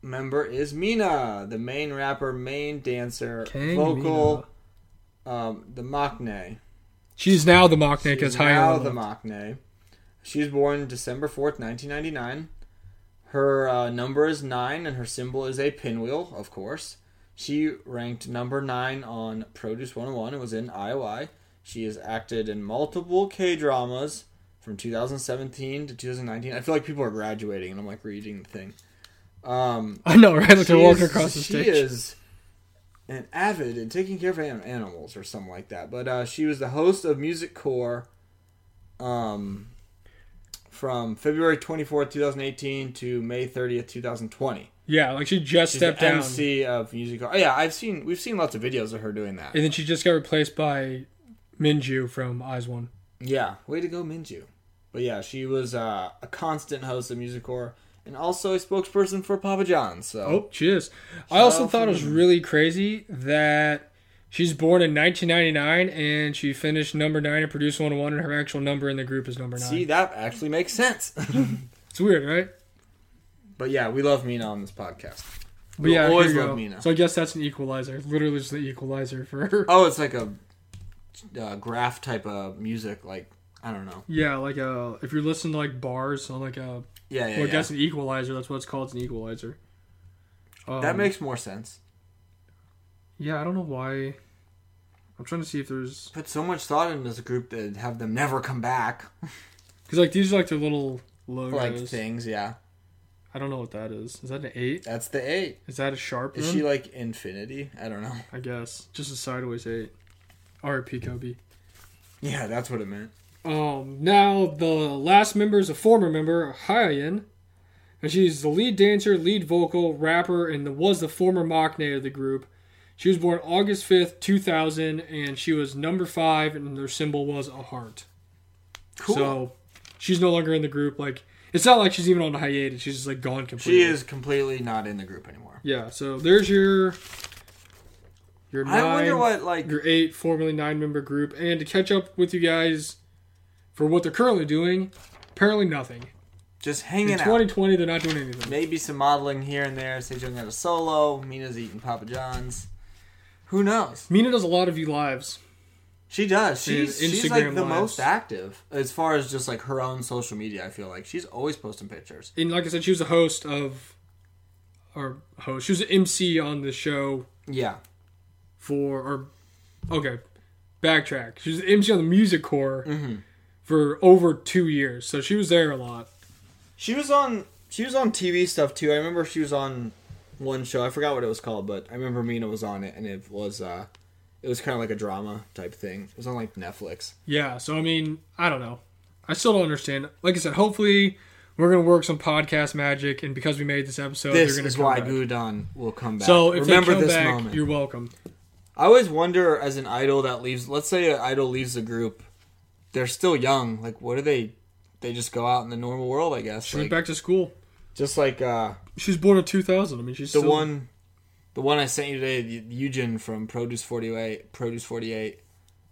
[SPEAKER 1] member is Mina, the main rapper, main dancer,
[SPEAKER 2] Kang
[SPEAKER 1] vocal, um, the Machne.
[SPEAKER 2] She's now the mock neck as
[SPEAKER 1] She's
[SPEAKER 2] high
[SPEAKER 1] now
[SPEAKER 2] on
[SPEAKER 1] the
[SPEAKER 2] the
[SPEAKER 1] Machne. She's born December 4th, 1999. Her uh, number is 9 and her symbol is a pinwheel, of course. She ranked number 9 on Produce 101 and was in IOI. She has acted in multiple K dramas from 2017 to 2019. I feel like people are graduating and I'm like reading the thing. Um,
[SPEAKER 2] I know, right? Like
[SPEAKER 1] she
[SPEAKER 2] they're walking
[SPEAKER 1] is-
[SPEAKER 2] across the
[SPEAKER 1] she
[SPEAKER 2] stage.
[SPEAKER 1] is an avid and taking care of an- animals or something like that. But uh, she was the host of Music Core um, from February 24th, 2018 to May 30th, 2020.
[SPEAKER 2] Yeah, like she just
[SPEAKER 1] She's
[SPEAKER 2] stepped
[SPEAKER 1] the
[SPEAKER 2] down,
[SPEAKER 1] MC of Music Core. Oh, yeah, I've seen we've seen lots of videos of her doing that.
[SPEAKER 2] and then she just got replaced by Minju from Eyes One.
[SPEAKER 1] Yeah, way to go, Minju. But yeah, she was uh, a constant host of Music Core and also a spokesperson for Papa John's. So
[SPEAKER 2] Oh, cheers! I also
[SPEAKER 1] Shout
[SPEAKER 2] thought it was
[SPEAKER 1] out.
[SPEAKER 2] really crazy that she's born in 1999 and she finished number nine at Produce 101, and her actual number in the group is number nine.
[SPEAKER 1] see, that actually makes sense.
[SPEAKER 2] it's weird, right?
[SPEAKER 1] But yeah, we love Mina on this podcast.
[SPEAKER 2] But
[SPEAKER 1] We'll
[SPEAKER 2] yeah, here
[SPEAKER 1] always
[SPEAKER 2] you
[SPEAKER 1] love
[SPEAKER 2] go.
[SPEAKER 1] Mina.
[SPEAKER 2] So I guess that's an equalizer. Literally just the equalizer for her.
[SPEAKER 1] Oh, it's like a uh, graph type of music. Like I don't know.
[SPEAKER 2] Yeah, like uh if you're listening to like bars on like a
[SPEAKER 1] Yeah, yeah.
[SPEAKER 2] well,
[SPEAKER 1] yeah.
[SPEAKER 2] I guess an equalizer, that's what it's called, it's an equalizer. Um,
[SPEAKER 1] that makes more sense.
[SPEAKER 2] Yeah, I don't know why. I'm trying to see if there's
[SPEAKER 1] Put so much thought into this group that have them never come back.
[SPEAKER 2] because like these are like the little logos.
[SPEAKER 1] Like things, yeah.
[SPEAKER 2] I don't know what that is. Is that an eight?
[SPEAKER 1] That's the eight.
[SPEAKER 2] Is that a sharp?
[SPEAKER 1] Is
[SPEAKER 2] one?
[SPEAKER 1] she like infinity? I don't know.
[SPEAKER 2] I guess just a sideways eight. R.P. Kobe.
[SPEAKER 1] Yeah, that's what it meant.
[SPEAKER 2] Um, now the last member is a former member, Hyun, and she's the lead dancer, lead vocal, rapper, and the, was the former Machne of the group. She was born August fifth, two thousand, and she was number five, and their symbol was a heart.
[SPEAKER 1] Cool.
[SPEAKER 2] So she's no longer in the group. Like it's not like she's even on hiatus. She's just like gone
[SPEAKER 1] she
[SPEAKER 2] completely.
[SPEAKER 1] is completely not in the group anymore.
[SPEAKER 2] Yeah. So there's your your nine,
[SPEAKER 1] I wonder what like
[SPEAKER 2] your eight formerly nine member group, and to catch up with you guys for what they're currently doing. Apparently nothing.
[SPEAKER 1] just
[SPEAKER 2] In
[SPEAKER 1] hanging out.
[SPEAKER 2] 2020, they're not doing anything.
[SPEAKER 1] Maybe some modeling here and there. Sejong got a solo. Mina's eating Papa John's. Who knows?
[SPEAKER 2] Mina does a lot of you lives.
[SPEAKER 1] She does. She's
[SPEAKER 2] And
[SPEAKER 1] she's
[SPEAKER 2] Instagram
[SPEAKER 1] like the
[SPEAKER 2] lives.
[SPEAKER 1] most active as far as just like her own social media. I feel like she's always posting pictures.
[SPEAKER 2] And like I said, she was a host of, or host. She was an MC on the show
[SPEAKER 1] Yeah,
[SPEAKER 2] for or okay backtrack she was the mc on the music core
[SPEAKER 1] Mm-hmm.
[SPEAKER 2] for over two years so she was there a lot
[SPEAKER 1] she was on she was on TV stuff too. I remember she was on one show. I forgot what it was called, but I remember Mina was on it, and it was uh it was kind of like a drama type thing. It was on like Netflix.
[SPEAKER 2] yeah so i mean i don't know i still don't understand like i said hopefully we're gonna work some podcast magic and because we made this episode
[SPEAKER 1] This
[SPEAKER 2] Oh, they're gonna
[SPEAKER 1] is
[SPEAKER 2] come
[SPEAKER 1] why
[SPEAKER 2] back.
[SPEAKER 1] Gudon will come back.
[SPEAKER 2] so if
[SPEAKER 1] remember
[SPEAKER 2] they come
[SPEAKER 1] this
[SPEAKER 2] back
[SPEAKER 1] moment.
[SPEAKER 2] you're welcome
[SPEAKER 1] I always wonder as an idol that leaves. Let's say an idol leaves the group, they're still young. Like, what do they? they just go out in the normal world, I guess.
[SPEAKER 2] She
[SPEAKER 1] Like,
[SPEAKER 2] went back to school.
[SPEAKER 1] just like uh,
[SPEAKER 2] She's born in 2000. I mean, she's
[SPEAKER 1] the
[SPEAKER 2] still,
[SPEAKER 1] one, the one I sent you today, Eu- Eugen from Produce Forty Eight. Produce Forty Eight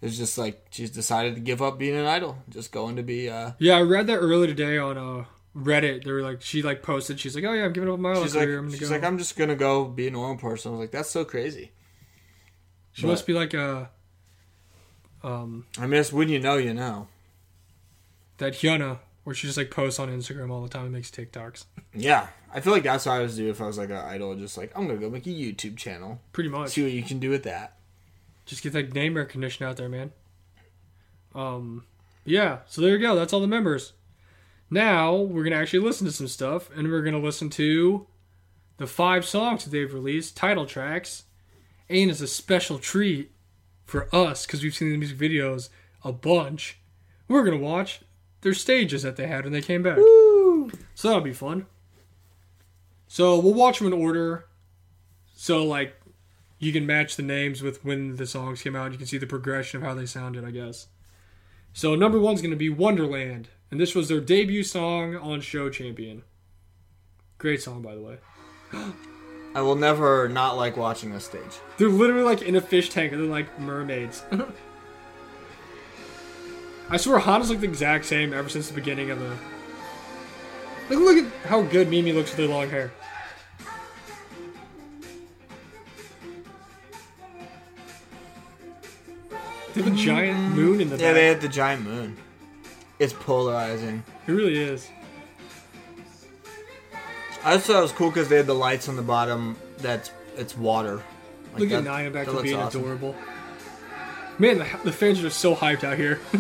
[SPEAKER 1] is just like she's decided to give up being an idol, just going to be. Uh,
[SPEAKER 2] Yeah, I read that earlier today on uh, Reddit. They were like, she like posted. She's like, oh yeah, I'm giving up my
[SPEAKER 1] she's like,
[SPEAKER 2] career. I'm gonna
[SPEAKER 1] she's
[SPEAKER 2] go.
[SPEAKER 1] like, I'm just gonna go be a normal person. I was like, that's so crazy.
[SPEAKER 2] she must be like uh, um,
[SPEAKER 1] I mean, that's when you know, you know.
[SPEAKER 2] that Hyuna, where she just like posts on Instagram all the time and makes TikToks.
[SPEAKER 1] Yeah, I feel like that's what I was do if I was like an idol, just like I'm gonna go make a YouTube channel,
[SPEAKER 2] Pretty much.
[SPEAKER 1] see what you can do with that.
[SPEAKER 2] just get that name recognition out there, man. Um, yeah. So there you go. That's all the members. Now we're gonna actually listen to some stuff, and we're gonna listen to the five songs that they've released, title tracks, and it's a special treat for us because we've seen the music videos a bunch. We're gonna watch their stages that they had when they came back. So that'll be fun. So we'll watch them in order. So like you can match the names with when the songs came out. You can see the progression of how they sounded, I guess. So number one's going to be Wonderland, and this was their debut song on Show Champion. Great song, by the way.
[SPEAKER 1] I will never not like watching this stage.
[SPEAKER 2] They're literally like in a fish tank, and they're like mermaids. I swear, Hana's looked the exact same ever since the beginning of the. Like, look at how good Mimi looks with her long hair. They have a giant moon in the
[SPEAKER 1] Yeah,
[SPEAKER 2] back.
[SPEAKER 1] they had the giant moon. It's polarizing.
[SPEAKER 2] It really is.
[SPEAKER 1] I just thought it was cool because they had the lights on the bottom. That's it's water. Like,
[SPEAKER 2] Look at
[SPEAKER 1] that-
[SPEAKER 2] Naya back
[SPEAKER 1] that
[SPEAKER 2] to
[SPEAKER 1] looks
[SPEAKER 2] being
[SPEAKER 1] awesome.
[SPEAKER 2] adorable. Man, the, the fans are just so hyped out here.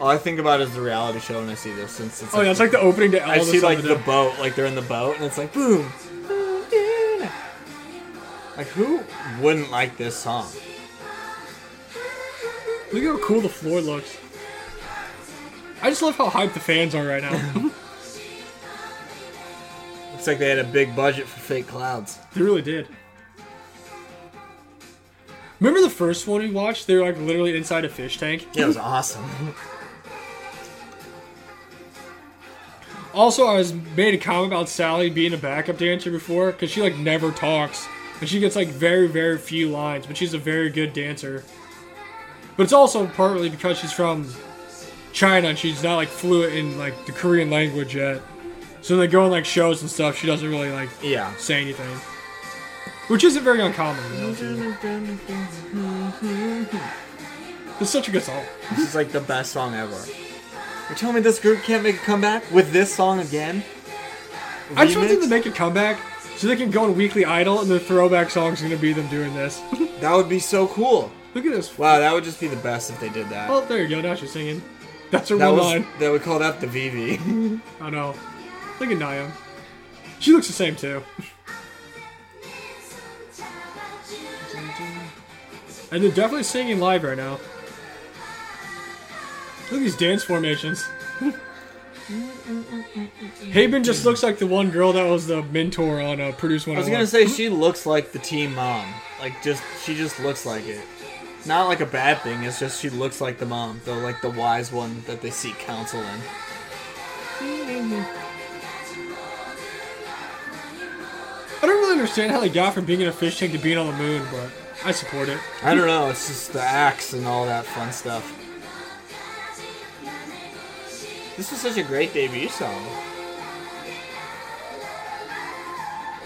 [SPEAKER 1] All I think about is the reality show when I see this. Since it's
[SPEAKER 2] oh yeah, it's like the opening to all
[SPEAKER 1] I
[SPEAKER 2] the
[SPEAKER 1] see
[SPEAKER 2] stuff
[SPEAKER 1] like
[SPEAKER 2] over
[SPEAKER 1] the
[SPEAKER 2] there.
[SPEAKER 1] boat, like they're in the boat, and it's like boom. Like who wouldn't like this song?
[SPEAKER 2] Look how cool the floor looks. I just love how hyped the fans are right now.
[SPEAKER 1] Looks like they had a big budget for fake clouds.
[SPEAKER 2] they really did. Remember the first one we watched? They were like literally inside a fish tank.
[SPEAKER 1] It was awesome.
[SPEAKER 2] Also, I was made a comment about Sally being a backup dancer before because she like never talks and she gets like very very few lines, but she's a very good dancer. But it's also partly because she's from China and she's not like fluent in like the Korean language yet. So they go on like shows and stuff. She doesn't really like
[SPEAKER 1] Yeah.
[SPEAKER 2] say anything, which isn't very uncommon. You
[SPEAKER 1] Mm-hmm.
[SPEAKER 2] know, too. It's such a good song.
[SPEAKER 1] This is like the best song ever. You're telling me this group can't make a comeback with this song again?
[SPEAKER 2] I just want them
[SPEAKER 1] Remix?
[SPEAKER 2] to make a comeback so they can go on Weekly Idol and the throwback song's gonna be them doing this.
[SPEAKER 1] That would be so cool.
[SPEAKER 2] Look at this.
[SPEAKER 1] Wow, that would just be the best if they did that.
[SPEAKER 2] Oh, there you go. Now she's singing. That's her
[SPEAKER 1] that
[SPEAKER 2] one
[SPEAKER 1] was
[SPEAKER 2] line.
[SPEAKER 1] they would call that the VV.
[SPEAKER 2] I know. Look at Naya. She looks the same too. And they're definitely singing live right now. Look at these dance formations. Haben just looks like the one girl that was the mentor on uh, Produce
[SPEAKER 1] I was
[SPEAKER 2] 101.
[SPEAKER 1] gonna say she looks like the team mom. Like just she just looks like it. Not like a bad thing. It's just she looks like the mom, though, like the wise one that they seek counsel in.
[SPEAKER 2] oh I don't really understand how they got from being in a fish tank to being on the moon, but I support it.
[SPEAKER 1] I don't know. It's just the axe and all that fun stuff. This was such a great debut song.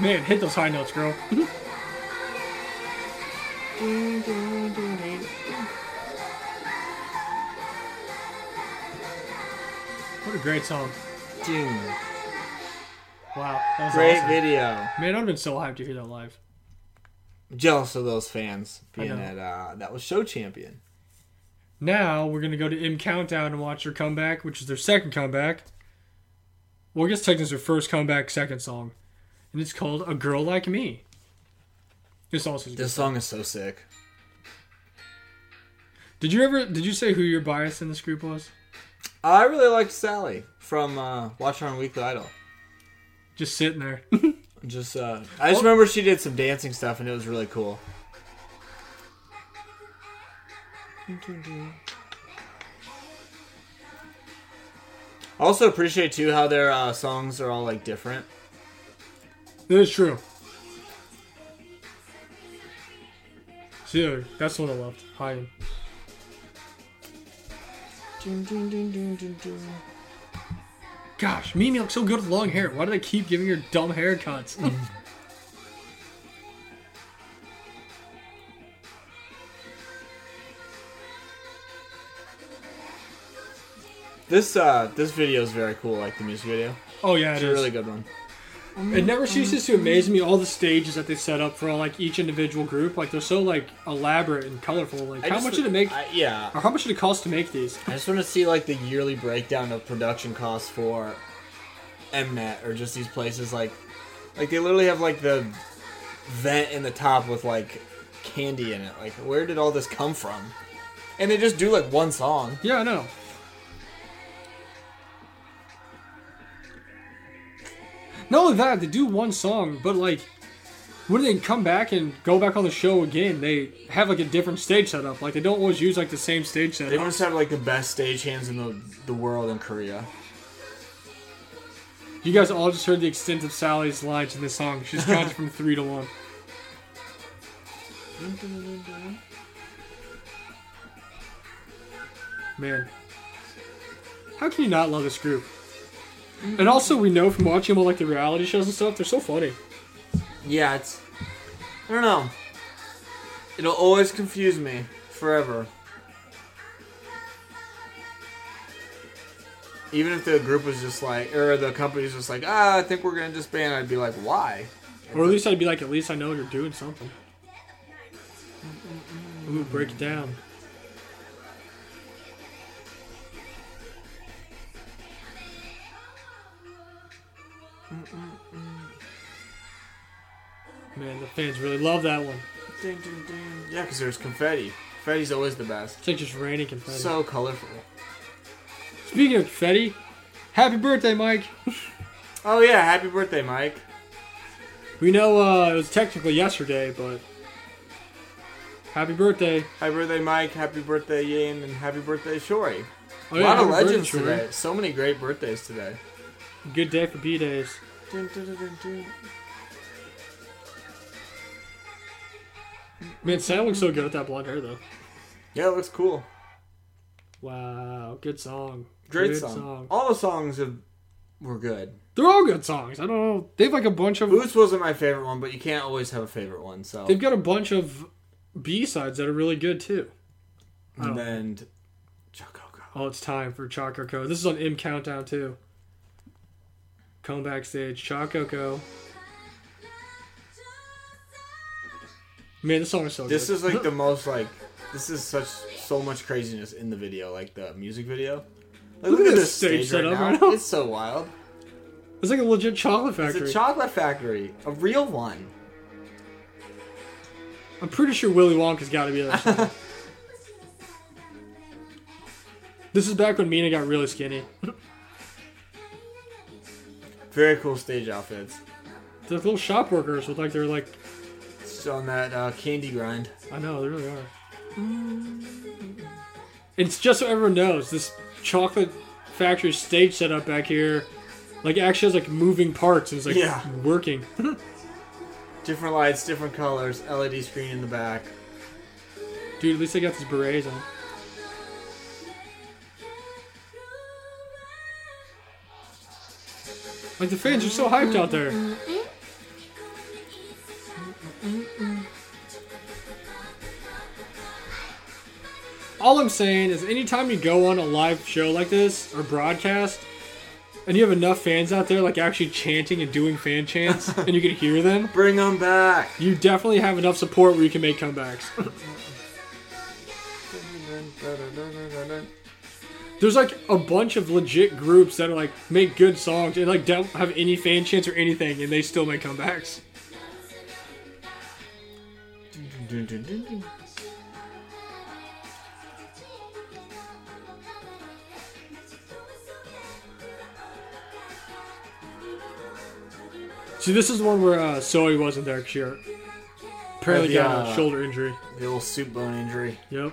[SPEAKER 2] Man, hit those high notes, girl. What a great song.
[SPEAKER 1] Dude,
[SPEAKER 2] Wow. That was
[SPEAKER 1] great
[SPEAKER 2] awesome.
[SPEAKER 1] video.
[SPEAKER 2] Man, I've been so hyped to hear that live.
[SPEAKER 1] Jealous of those fans being
[SPEAKER 2] know.
[SPEAKER 1] that uh, that was show champion.
[SPEAKER 2] Now we're gonna go to M Countdown and watch their comeback, which is their second comeback. Well, I guess technically it's their first comeback, second song, and it's called "A Girl Like Me." This also. Is good.
[SPEAKER 1] This song is so sick.
[SPEAKER 2] Did you ever? Did you say who your bias in this group was?
[SPEAKER 1] I really liked Sally from uh, Watching on Weekly Idol.
[SPEAKER 2] Just sitting there.
[SPEAKER 1] Just uh, I just remember she did some dancing stuff and it was really cool. I also appreciate too how their uh, songs are all like different.
[SPEAKER 2] That is true. See, that's what I loved. High end. Gosh, Mimi looks so good with long hair. Why do they keep giving her dumb haircuts?
[SPEAKER 1] Mm. This uh this video is very cool. Like the music video,
[SPEAKER 2] oh yeah,
[SPEAKER 1] it's
[SPEAKER 2] it
[SPEAKER 1] a
[SPEAKER 2] is.
[SPEAKER 1] really good one.
[SPEAKER 2] It never ceases to amaze me all the stages that they set up for like each individual group. Like they're so like elaborate and colorful. Like
[SPEAKER 1] I
[SPEAKER 2] how
[SPEAKER 1] just-
[SPEAKER 2] much did it make?
[SPEAKER 1] I- yeah,
[SPEAKER 2] or how much did it cost to make these?
[SPEAKER 1] I just want to see like the yearly breakdown of production costs for Mnet or just these places like like they literally have like the vent in the top with like candy in it. Like where did all this come from? And they just do like one song.
[SPEAKER 2] Yeah, I know. Not only that, they do one song, but like when they come back and go back on the show again, they have like a different stage setup. Like they don't always use like the same stage
[SPEAKER 1] They
[SPEAKER 2] setup.
[SPEAKER 1] must have like the best stagehands in the the world in Korea.
[SPEAKER 2] You guys all just heard the extent of Sally's lines in this song. She's counted from three to one. Man, how can you not love this group? And also, we know from watching all like the reality shows and stuff, they're so funny.
[SPEAKER 1] Yeah, it's I don't know. It'll always confuse me forever. Even if the group was just like, or the company's just like, ah, I think we're gonna disband. I'd be like, why?
[SPEAKER 2] Or at least I'd be like, at least I know you're doing something. Ooh, break it down. Man, the fans really love that one.
[SPEAKER 1] Ding, ding, ding. Yeah, because there's confetti. Confetti's always the best.
[SPEAKER 2] It's like just raining confetti.
[SPEAKER 1] So colorful.
[SPEAKER 2] Speaking of confetti, happy birthday, Mike.
[SPEAKER 1] Oh yeah, happy birthday, Mike.
[SPEAKER 2] We know uh, it was technically yesterday, but happy birthday.
[SPEAKER 1] Happy birthday, Mike. Happy birthday, Ian, and happy birthday, Shory.
[SPEAKER 2] Oh,
[SPEAKER 1] A lot of
[SPEAKER 2] happy birthday,
[SPEAKER 1] legends
[SPEAKER 2] Troy.
[SPEAKER 1] today. So many great birthdays today.
[SPEAKER 2] Good day for B days.
[SPEAKER 1] Dun, dun, dun, dun, dun.
[SPEAKER 2] Man, Sam looks so good with that blonde hair, though.
[SPEAKER 1] Yeah, it looks cool.
[SPEAKER 2] Wow, good song.
[SPEAKER 1] Great
[SPEAKER 2] Good
[SPEAKER 1] song. All the songs have, were good.
[SPEAKER 2] They're all good songs. I don't know. They've like a bunch of.
[SPEAKER 1] Boots wasn't my favorite one, but you can't always have a favorite one. So
[SPEAKER 2] They've got a bunch of B sides that are really good too.
[SPEAKER 1] and then Chococo.
[SPEAKER 2] Oh, it's time for Choco Co. This is on M Countdown too. Come backstage, Choco Co. Man, this song is so
[SPEAKER 1] This
[SPEAKER 2] good.
[SPEAKER 1] is like the most like this is such so much craziness in the video, like the music video. Like,
[SPEAKER 2] Look at this stage setup right now.
[SPEAKER 1] It's so wild.
[SPEAKER 2] It's like a legit chocolate
[SPEAKER 1] It's
[SPEAKER 2] factory.
[SPEAKER 1] a chocolate factory, a real one.
[SPEAKER 2] I'm pretty sure Willy Wonka's got to be there. somewhere. this is back when Mina got really skinny.
[SPEAKER 1] Very cool stage outfits.
[SPEAKER 2] The little shop workers with like their like
[SPEAKER 1] It's on that uh, candy grind.
[SPEAKER 2] I know, they really are. It's just so everyone knows this chocolate factory stage setup back here, like actually has like moving parts. It's like
[SPEAKER 1] Yeah.
[SPEAKER 2] working.
[SPEAKER 1] Different lights, different colors, LED screen in the back.
[SPEAKER 2] Dude, at least they got these berets on. Like the fans are so hyped out there. All I'm saying is, anytime you go on a live show like this or broadcast, and you have enough fans out there, like actually chanting and doing fan chants, and you can hear them,
[SPEAKER 1] Bring them back.
[SPEAKER 2] you definitely have enough support where you can make comebacks. There's like a bunch of legit groups that are like make good songs and like don't have any fan chance or anything, and they still make comebacks. See, this is one where uh, Zoe wasn't there. 'cause She apparently
[SPEAKER 1] Oh, Yeah.
[SPEAKER 2] got a shoulder injury.
[SPEAKER 1] The old soup bone injury.
[SPEAKER 2] Yep.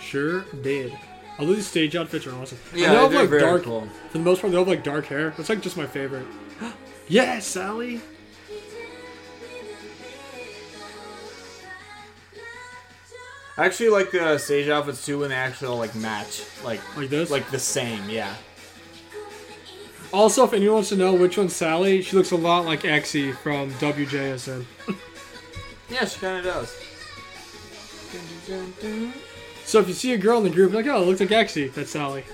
[SPEAKER 2] Sure did. I love these stage outfits are awesome. And
[SPEAKER 1] Yeah,
[SPEAKER 2] they all have
[SPEAKER 1] they're
[SPEAKER 2] like
[SPEAKER 1] very
[SPEAKER 2] dark.
[SPEAKER 1] cool.
[SPEAKER 2] For the most part, they all have like dark hair. That's like just my favorite. yes, Sally.
[SPEAKER 1] I actually like the stage outfits too when they actually all like match, like
[SPEAKER 2] Like this?
[SPEAKER 1] like the same. Yeah.
[SPEAKER 2] Also, if anyone wants to know which one's Sally, she looks a lot like Exy from WJSN.
[SPEAKER 1] Yeah, she kind of does.
[SPEAKER 2] So if you see a girl in the group, you're like, oh, it looks like Exy, that's Sally.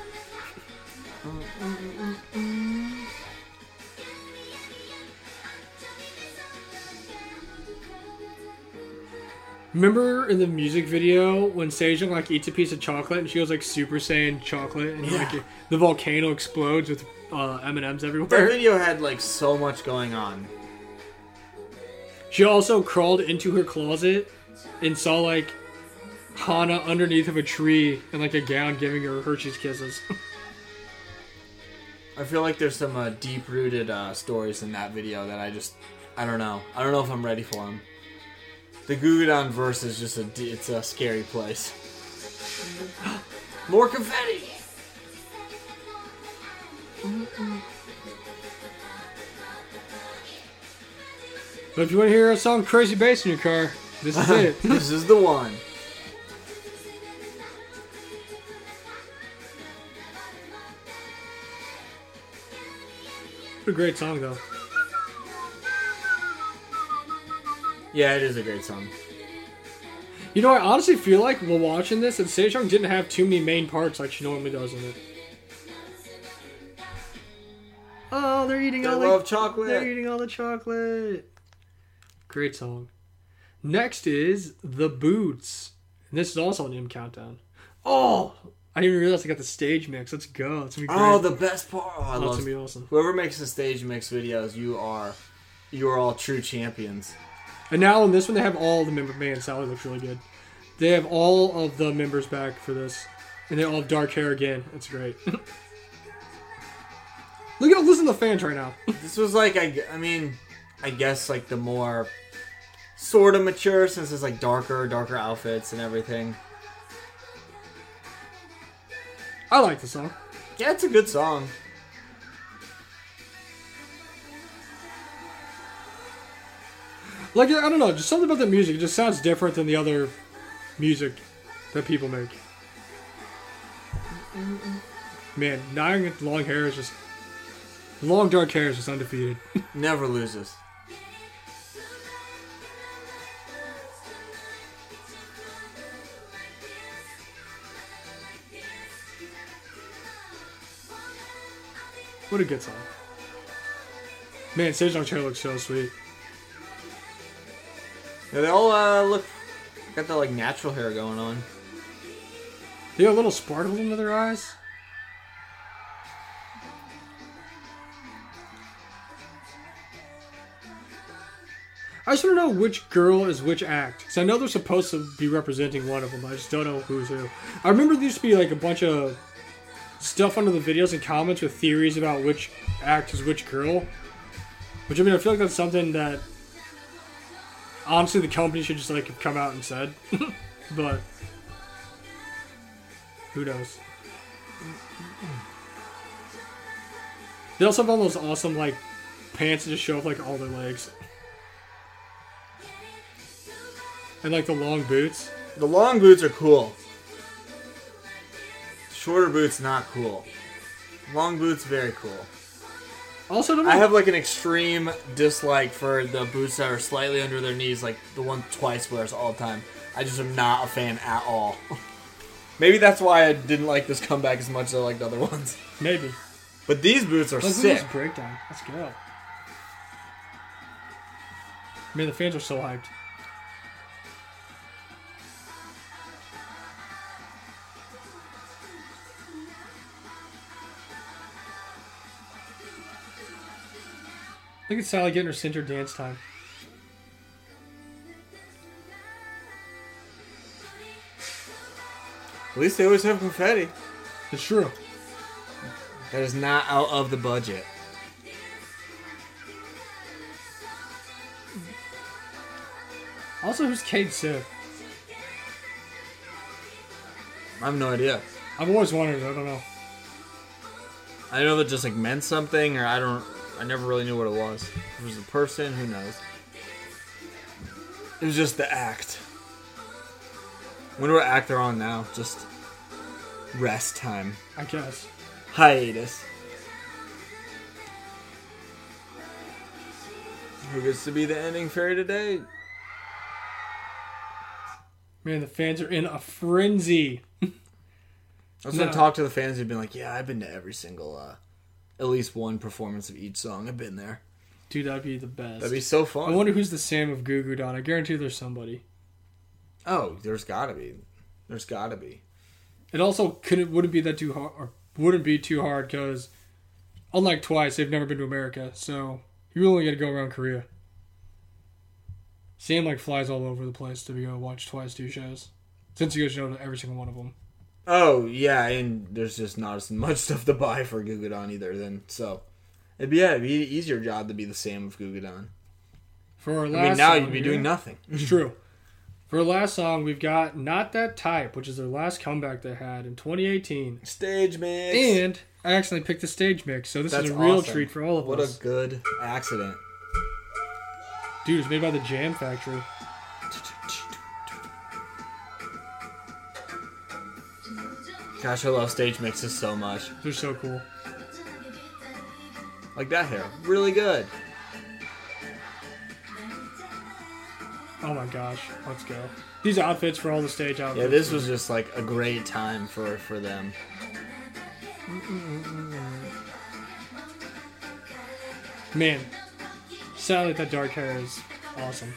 [SPEAKER 2] Remember in the music video when Seijin like eats a piece of chocolate and she goes like Super Saiyan chocolate and
[SPEAKER 1] Yeah.
[SPEAKER 2] like the volcano explodes with uh, M and M's
[SPEAKER 1] That
[SPEAKER 2] everywhere.
[SPEAKER 1] video had like so much going on.
[SPEAKER 2] She also crawled into her closet and saw like Hana underneath of a tree in like a gown giving her Hershey's kisses.
[SPEAKER 1] I feel like there's some uh, deep-rooted uh, stories in that video that I just, I don't know. I don't know if I'm ready for them. The Gugudon verse is just a, d- it's a scary place. More confetti.
[SPEAKER 2] But if you want to hear a song Crazy Bass in your car, this is it.
[SPEAKER 1] this is the one.
[SPEAKER 2] What a great song though.
[SPEAKER 1] Yeah, it is a great song.
[SPEAKER 2] You know, I honestly feel like while watching this, and Sejong didn't have too many main parts like she normally does in it. Oh, they're eating
[SPEAKER 1] They
[SPEAKER 2] all
[SPEAKER 1] love
[SPEAKER 2] the
[SPEAKER 1] chocolate.
[SPEAKER 2] They're eating all the chocolate. Great song. Next is The Boots. And this is also an M countdown. Oh, I didn't even realize I got the stage mix. Let's go. It's gonna be great.
[SPEAKER 1] Oh, the best part. Oh, I
[SPEAKER 2] That's
[SPEAKER 1] love
[SPEAKER 2] gonna be awesome.
[SPEAKER 1] whoever makes the stage mix videos. You are, you are all true champions.
[SPEAKER 2] And now on this one, they have all the member. Man, Sally looks really good. They have all of the members back for this, and they all have dark hair again. It's great. Look at listen to the fans right now.
[SPEAKER 1] This was like I, g- I mean, I guess like the more sort of mature since it's like darker, darker outfits and everything.
[SPEAKER 2] I like the song.
[SPEAKER 1] Yeah, it's a good song.
[SPEAKER 2] Like I don't know, just something about the music. It just sounds different than the other music that people make. Man, nine with long hair is just long dark hair is just undefeated.
[SPEAKER 1] Never loses.
[SPEAKER 2] What a good song. Man, Sejong Chair looks so sweet.
[SPEAKER 1] Yeah, they all uh, look got that like natural hair going on.
[SPEAKER 2] They got little sparkles under their eyes. I just want to know which girl is which act. Because I know they're supposed to be representing one of them. I just don't know who's who. I remember there used to be like a bunch of stuff under the videos and comments with theories about which act is which girl. Which, I mean, I feel like that's something that honestly the company should just like have come out and said. but who knows? They also have all those awesome like pants that just show off like all their legs. And like the long boots.
[SPEAKER 1] The long boots are cool. Shorter boots not cool. Long boots very cool.
[SPEAKER 2] Also, don't
[SPEAKER 1] I have like an extreme dislike for the boots that are slightly under their knees, like the one twice wears all the time. I just am not a fan at all. Maybe that's why I didn't like this comeback as much as I liked the other ones.
[SPEAKER 2] maybe.
[SPEAKER 1] But these boots are
[SPEAKER 2] Let's do
[SPEAKER 1] sick.
[SPEAKER 2] this breakdown. Let's go. Man, the fans are so hyped. Look at Sally getting her center dance time.
[SPEAKER 1] At least they always have confetti.
[SPEAKER 2] It's true.
[SPEAKER 1] That is not out of the budget.
[SPEAKER 2] Also, who's Cade Sif?
[SPEAKER 1] I have no idea.
[SPEAKER 2] I've always wondered. I don't know.
[SPEAKER 1] I know that just like meant something, or I don't. I never really knew what it was. If it was a person, who knows? It was just the act. Wonder what act they're on now. Just rest time,
[SPEAKER 2] I guess.
[SPEAKER 1] hiatus. Who gets to be the ending fairy today?
[SPEAKER 2] Man, the fans are in a frenzy.
[SPEAKER 1] I was gonna
[SPEAKER 2] No.
[SPEAKER 1] talk to the fans who've been like, "Yeah, I've been to every single, uh, at least one performance of each song. I've been there.
[SPEAKER 2] Dude, that'd be the best.
[SPEAKER 1] That'd be so
[SPEAKER 2] I
[SPEAKER 1] fun."
[SPEAKER 2] wonder who's the Sam of Goo Goo Dolls. I guarantee there's somebody.
[SPEAKER 1] oh, there's gotta be. There's gotta be.
[SPEAKER 2] It also couldn't wouldn't be that too hard or wouldn't be too hard because unlike twice they've never been to America, so you only got to go around Korea. Sam like flies all over the place to go watch twice two shows since you guys know every single one of them.
[SPEAKER 1] Oh yeah, and there's just not as much stuff to buy for Gugadon either. Then so, it'd be yeah, it'd be an easier job to be the Sam of Gugadon.
[SPEAKER 2] For our
[SPEAKER 1] I
[SPEAKER 2] last,
[SPEAKER 1] mean, now
[SPEAKER 2] song
[SPEAKER 1] you'd be
[SPEAKER 2] here-
[SPEAKER 1] doing nothing.
[SPEAKER 2] It's true. For our last song, we've got "Not That Type," which is their last comeback they had in 2018,
[SPEAKER 1] Stage mix.
[SPEAKER 2] and I accidentally picked the stage mix, so this
[SPEAKER 1] That's
[SPEAKER 2] is a real
[SPEAKER 1] awesome.
[SPEAKER 2] treat for all of
[SPEAKER 1] what
[SPEAKER 2] us.
[SPEAKER 1] a good accident.
[SPEAKER 2] Dude, it's made by the Jam Factory.
[SPEAKER 1] Gosh, I love stage mixes so much.
[SPEAKER 2] They're so cool.
[SPEAKER 1] Like that here, really good.
[SPEAKER 2] Oh my gosh, let's go. These outfits for all the stage outfits.
[SPEAKER 1] Yeah, this was just like a great time for for them.
[SPEAKER 2] Man, sound like that dark hair is awesome.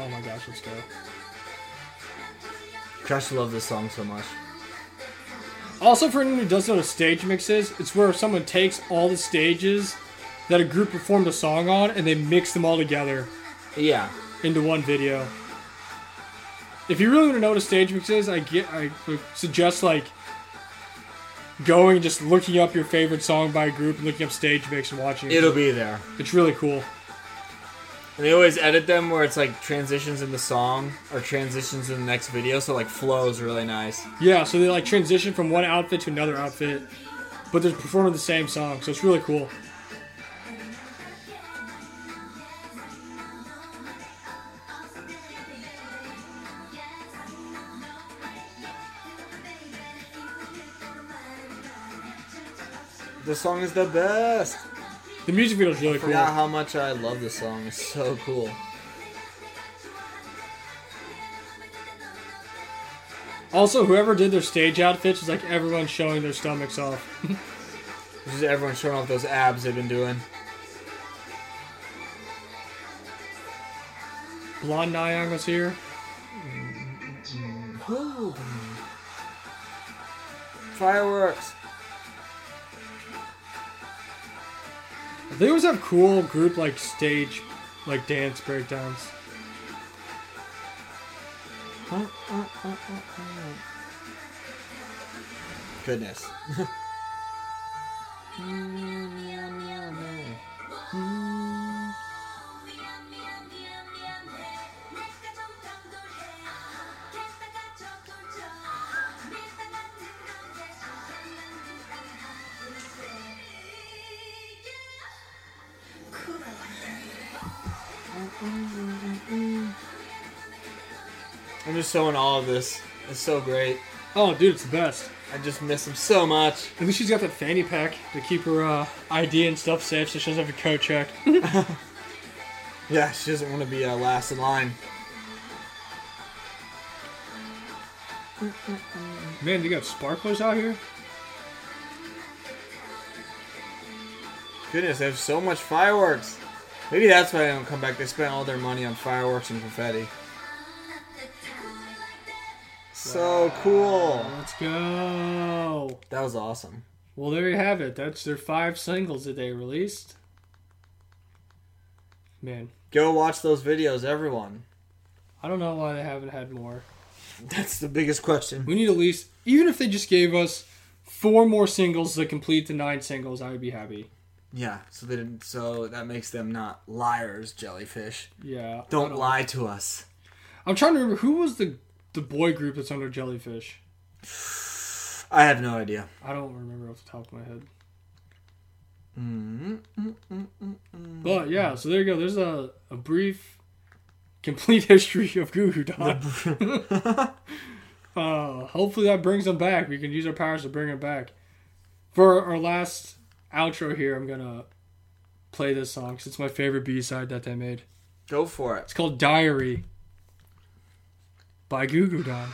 [SPEAKER 2] Oh my gosh, let's go.
[SPEAKER 1] Gosh, I love this song so much.
[SPEAKER 2] Also, for anyone who doesn't know what a stage mix is, it's where someone takes all the stages that a group performed a song on and they mix them all together
[SPEAKER 1] Yeah,
[SPEAKER 2] into one video. If you really want to know what a stage mix is, I get I would suggest like going and just looking up your favorite song by a group and looking up stage mix and watching it.
[SPEAKER 1] it'll be there.
[SPEAKER 2] it's really cool.
[SPEAKER 1] And they always edit them where it's like transitions in the song or transitions in the next video, so like flows really nice.
[SPEAKER 2] Yeah, so they like transition from one outfit to another outfit, but they're performing the same song, so it's really cool.
[SPEAKER 1] This song is the best.
[SPEAKER 2] The music video is really cool.
[SPEAKER 1] Forgot how much I love this song. It's so cool.
[SPEAKER 2] Also, whoever did their stage outfits is like everyone showing their stomachs off.
[SPEAKER 1] This is everyone showing off those abs they've been doing.
[SPEAKER 2] Blonde Nyang was here.
[SPEAKER 1] Fireworks.
[SPEAKER 2] They always have cool group like stage, like dance breakdowns.
[SPEAKER 1] Goodness. I'm just so in awe of this. It's so great.
[SPEAKER 2] Oh, dude, it's the best.
[SPEAKER 1] I just miss him so much.
[SPEAKER 2] At least she's got that fanny pack to keep her uh, ID and stuff safe, so she doesn't have a code check.
[SPEAKER 1] Yeah, she doesn't want to be uh, last in line.
[SPEAKER 2] Man, you got sparklers out here.
[SPEAKER 1] Goodness, they have so much fireworks. Maybe that's why they don't come back. They spent all their money on fireworks and confetti. So cool.
[SPEAKER 2] Let's go.
[SPEAKER 1] That was awesome.
[SPEAKER 2] Well, there you have it. That's their five singles that they released. Man,
[SPEAKER 1] Go watch those videos, everyone.
[SPEAKER 2] I don't know why they haven't had more.
[SPEAKER 1] That's the biggest question.
[SPEAKER 2] We need at least, even if they just gave us four more singles to complete the nine singles, I would be happy.
[SPEAKER 1] Yeah, so they didn't, so that makes them not liars, jellyfish.
[SPEAKER 2] Yeah. I
[SPEAKER 1] Don't lie to us.
[SPEAKER 2] I'm trying to remember who was the the boy group that's under Jellyfish?
[SPEAKER 1] I have no idea.
[SPEAKER 2] I don't remember off the top of my head. But yeah, so there you go. There's a, a brief, complete history of Goo Goo Dolls. uh, hopefully that brings them back. We can use our powers to bring them back. For our last outro here, I'm gonna play this song because it's my favorite B-side that they made.
[SPEAKER 1] Go for it.
[SPEAKER 2] It's called Diary by Goo Goo Dolls.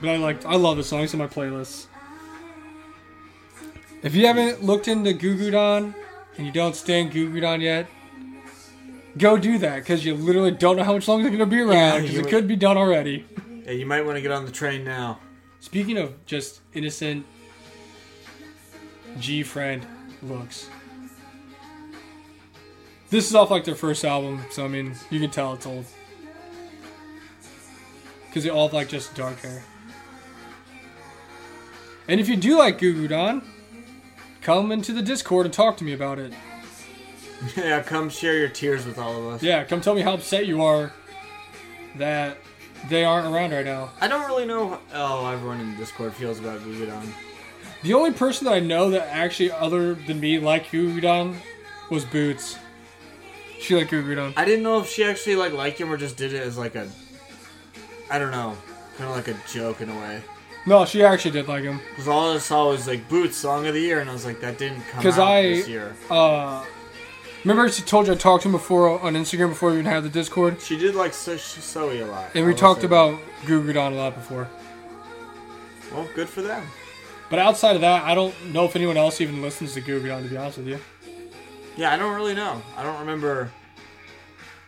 [SPEAKER 2] But I like I love the song. It's on my playlist. If you haven't looked into Goo Goo Dolls and you don't stand Goo Goo Dolls yet, go do that because you literally don't know how much longer they're gonna be around. 'cause
[SPEAKER 1] you-
[SPEAKER 2] it could be done already.
[SPEAKER 1] Yeah, you might want to get on the train now.
[SPEAKER 2] Speaking of just innocent G friend looks. This is off like their first album, so I mean you can tell it's old. Cause they all have like just dark hair. And if you do like Goo Goo Dolls, come into the Discord and talk to me about it.
[SPEAKER 1] yeah, come share your tears with all of us.
[SPEAKER 2] Yeah, come tell me how upset you are that they aren't around right now.
[SPEAKER 1] I don't really know how everyone in the Discord feels about Gugudon.
[SPEAKER 2] The only person that I know that actually, other than me, liked Gugudon was Boots. She liked Gugudon.
[SPEAKER 1] I didn't know if she actually like liked him or just did it as like a, I don't know, kind of like a joke in a way.
[SPEAKER 2] No, she actually did like him.
[SPEAKER 1] Because all I saw was like Boots song of the year, and I was like, that didn't come
[SPEAKER 2] 'Cause
[SPEAKER 1] out
[SPEAKER 2] I-
[SPEAKER 1] this year.
[SPEAKER 2] Uh, remember I told you I talked to him before on Instagram before we even had the Discord,
[SPEAKER 1] She did like so- Soey a lot.
[SPEAKER 2] and we
[SPEAKER 1] I will
[SPEAKER 2] talked
[SPEAKER 1] say.
[SPEAKER 2] about Gugudon a lot before.
[SPEAKER 1] Well, good for them.
[SPEAKER 2] But outside of that, I don't know if anyone else even listens to Gugudon. To be honest with you,
[SPEAKER 1] Yeah, I don't really know. I don't remember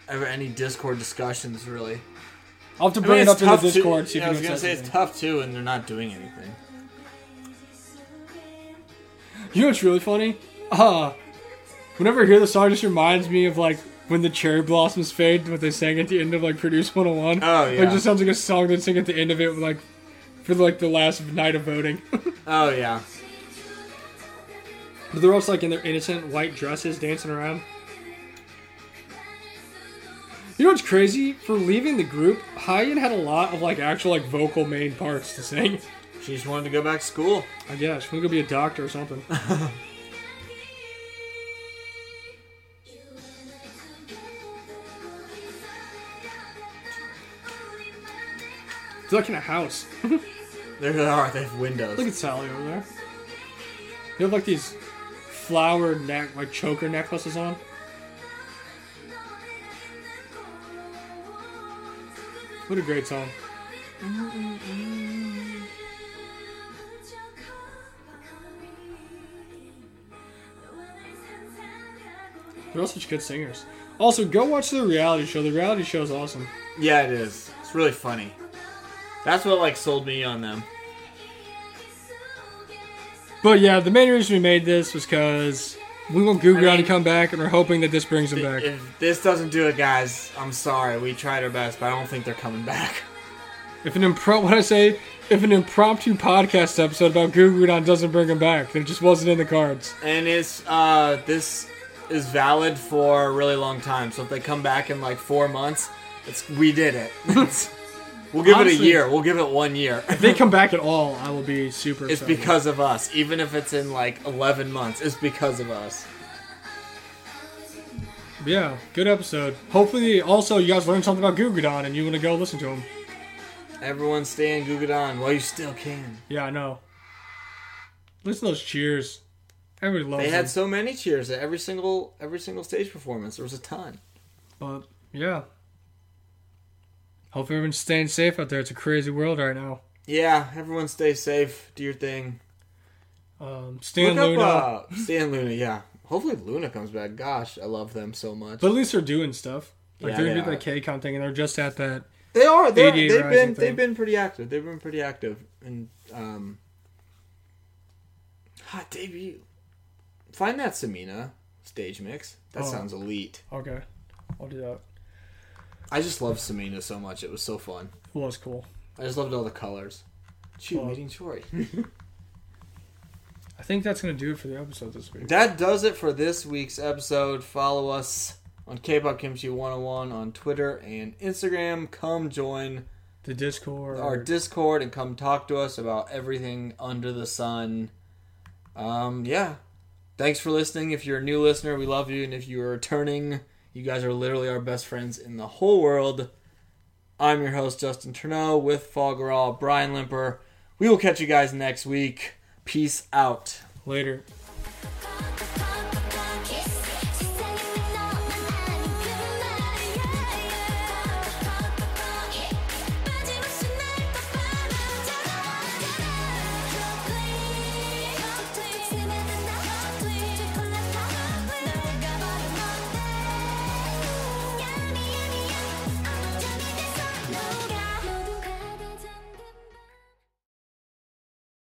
[SPEAKER 1] ever any Discord discussions really.
[SPEAKER 2] I'll have to
[SPEAKER 1] I
[SPEAKER 2] bring
[SPEAKER 1] mean,
[SPEAKER 2] it
[SPEAKER 1] it's
[SPEAKER 2] up in the
[SPEAKER 1] tough too-
[SPEAKER 2] Discord. see if
[SPEAKER 1] yeah, I was
[SPEAKER 2] anyone
[SPEAKER 1] gonna
[SPEAKER 2] says
[SPEAKER 1] say it's
[SPEAKER 2] anything.
[SPEAKER 1] tough too, and they're not doing anything.
[SPEAKER 2] You know what's really funny? Uh, whenever I hear the song, it just reminds me of like when the cherry blossoms fade, what they sang at the end of like Produce 101.
[SPEAKER 1] Oh, yeah.
[SPEAKER 2] Like, it just sounds like a song they sing at the end of it, like for like the last night of voting. but
[SPEAKER 1] Oh yeah,
[SPEAKER 2] they're also like in their innocent white dresses dancing around. You know what's crazy? For leaving the group, Hyun had a lot of like actual like vocal main parts to sing.
[SPEAKER 1] she just wanted to go back to school.
[SPEAKER 2] I guess we could be a doctor or something. It's like in a house.
[SPEAKER 1] There they are. They have windows.
[SPEAKER 2] Look at Sally over there. They have like these flower neck, like choker necklaces on. What a great song. They're all such good singers. Also, go watch the reality show. The reality show is awesome.
[SPEAKER 1] yeah, it is. It's really funny. That's what like sold me on them.
[SPEAKER 2] But yeah, the main reason we made this was because we want Goo Goo
[SPEAKER 1] I mean-
[SPEAKER 2] to come back, and we're hoping that this brings them back.
[SPEAKER 1] If this doesn't do it, guys, I'm sorry. We tried our best, but I don't think they're coming back.
[SPEAKER 2] If an impro what I say, if an impromptu podcast episode about Goo Goo Dolls doesn't bring him back, then it just wasn't in the cards.
[SPEAKER 1] And it's uh this is valid for a really long time. So if they come back in like four months, it's we did it. we'll give it a
[SPEAKER 2] Honestly-
[SPEAKER 1] year. We'll give it one year.
[SPEAKER 2] If they come back at all, I will be super.
[SPEAKER 1] It's
[SPEAKER 2] excited.
[SPEAKER 1] because of us. Even if it's in like 11 months, it's because of us.
[SPEAKER 2] yeah, good episode. Hopefully, also you guys learned something about Goo Goo Dolls and you want to go listen to him.
[SPEAKER 1] Everyone stay in Gugadon while you still can.
[SPEAKER 2] Yeah, I know. Listen to those cheers. Everybody loves
[SPEAKER 1] They
[SPEAKER 2] them.
[SPEAKER 1] had so many cheers at every single every single stage performance. There was a ton.
[SPEAKER 2] But yeah. Hopefully everyone's staying safe out there. It's a crazy world right now.
[SPEAKER 1] Yeah, everyone stay safe. Do your thing.
[SPEAKER 2] Um, Stan
[SPEAKER 1] Look
[SPEAKER 2] Luna.
[SPEAKER 1] up uh, Stan Luna. Yeah. Hopefully Luna comes back. Gosh, I love them so much.
[SPEAKER 2] but at least they're doing stuff. Like
[SPEAKER 1] Yeah,
[SPEAKER 2] they're
[SPEAKER 1] they
[SPEAKER 2] doing
[SPEAKER 1] are.
[SPEAKER 2] that KCON thing, and they're just at that.
[SPEAKER 1] They are. They're,
[SPEAKER 2] 88
[SPEAKER 1] they've
[SPEAKER 2] Rising
[SPEAKER 1] been.
[SPEAKER 2] thing.
[SPEAKER 1] They've been pretty active. They've been pretty active. And um, hot debut. Find that Samina stage mix. That
[SPEAKER 2] Oh.
[SPEAKER 1] sounds elite.
[SPEAKER 2] Okay, I'll do that.
[SPEAKER 1] I just love Samina so much. It was so fun.
[SPEAKER 2] Well, that's cool.
[SPEAKER 1] I just loved all the colors. Shoot,
[SPEAKER 2] Well-
[SPEAKER 1] meeting Troy.
[SPEAKER 2] I think that's gonna do it for the episode this week.
[SPEAKER 1] that does it for this week's episode. Follow oh us on K-pop Kimchi 101 on Twitter and Instagram. Come join
[SPEAKER 2] The Discord.
[SPEAKER 1] our Discord and come talk to us about everything under the sun. Um, yeah. Thanks for listening. If you're a new listener, we love you. And if you are returning, you guys are literally our best friends in the whole world. I'm your host, Justin Turneau, with Foggerall, Brian Limper. We will catch you guys next week. Peace out.
[SPEAKER 2] Later.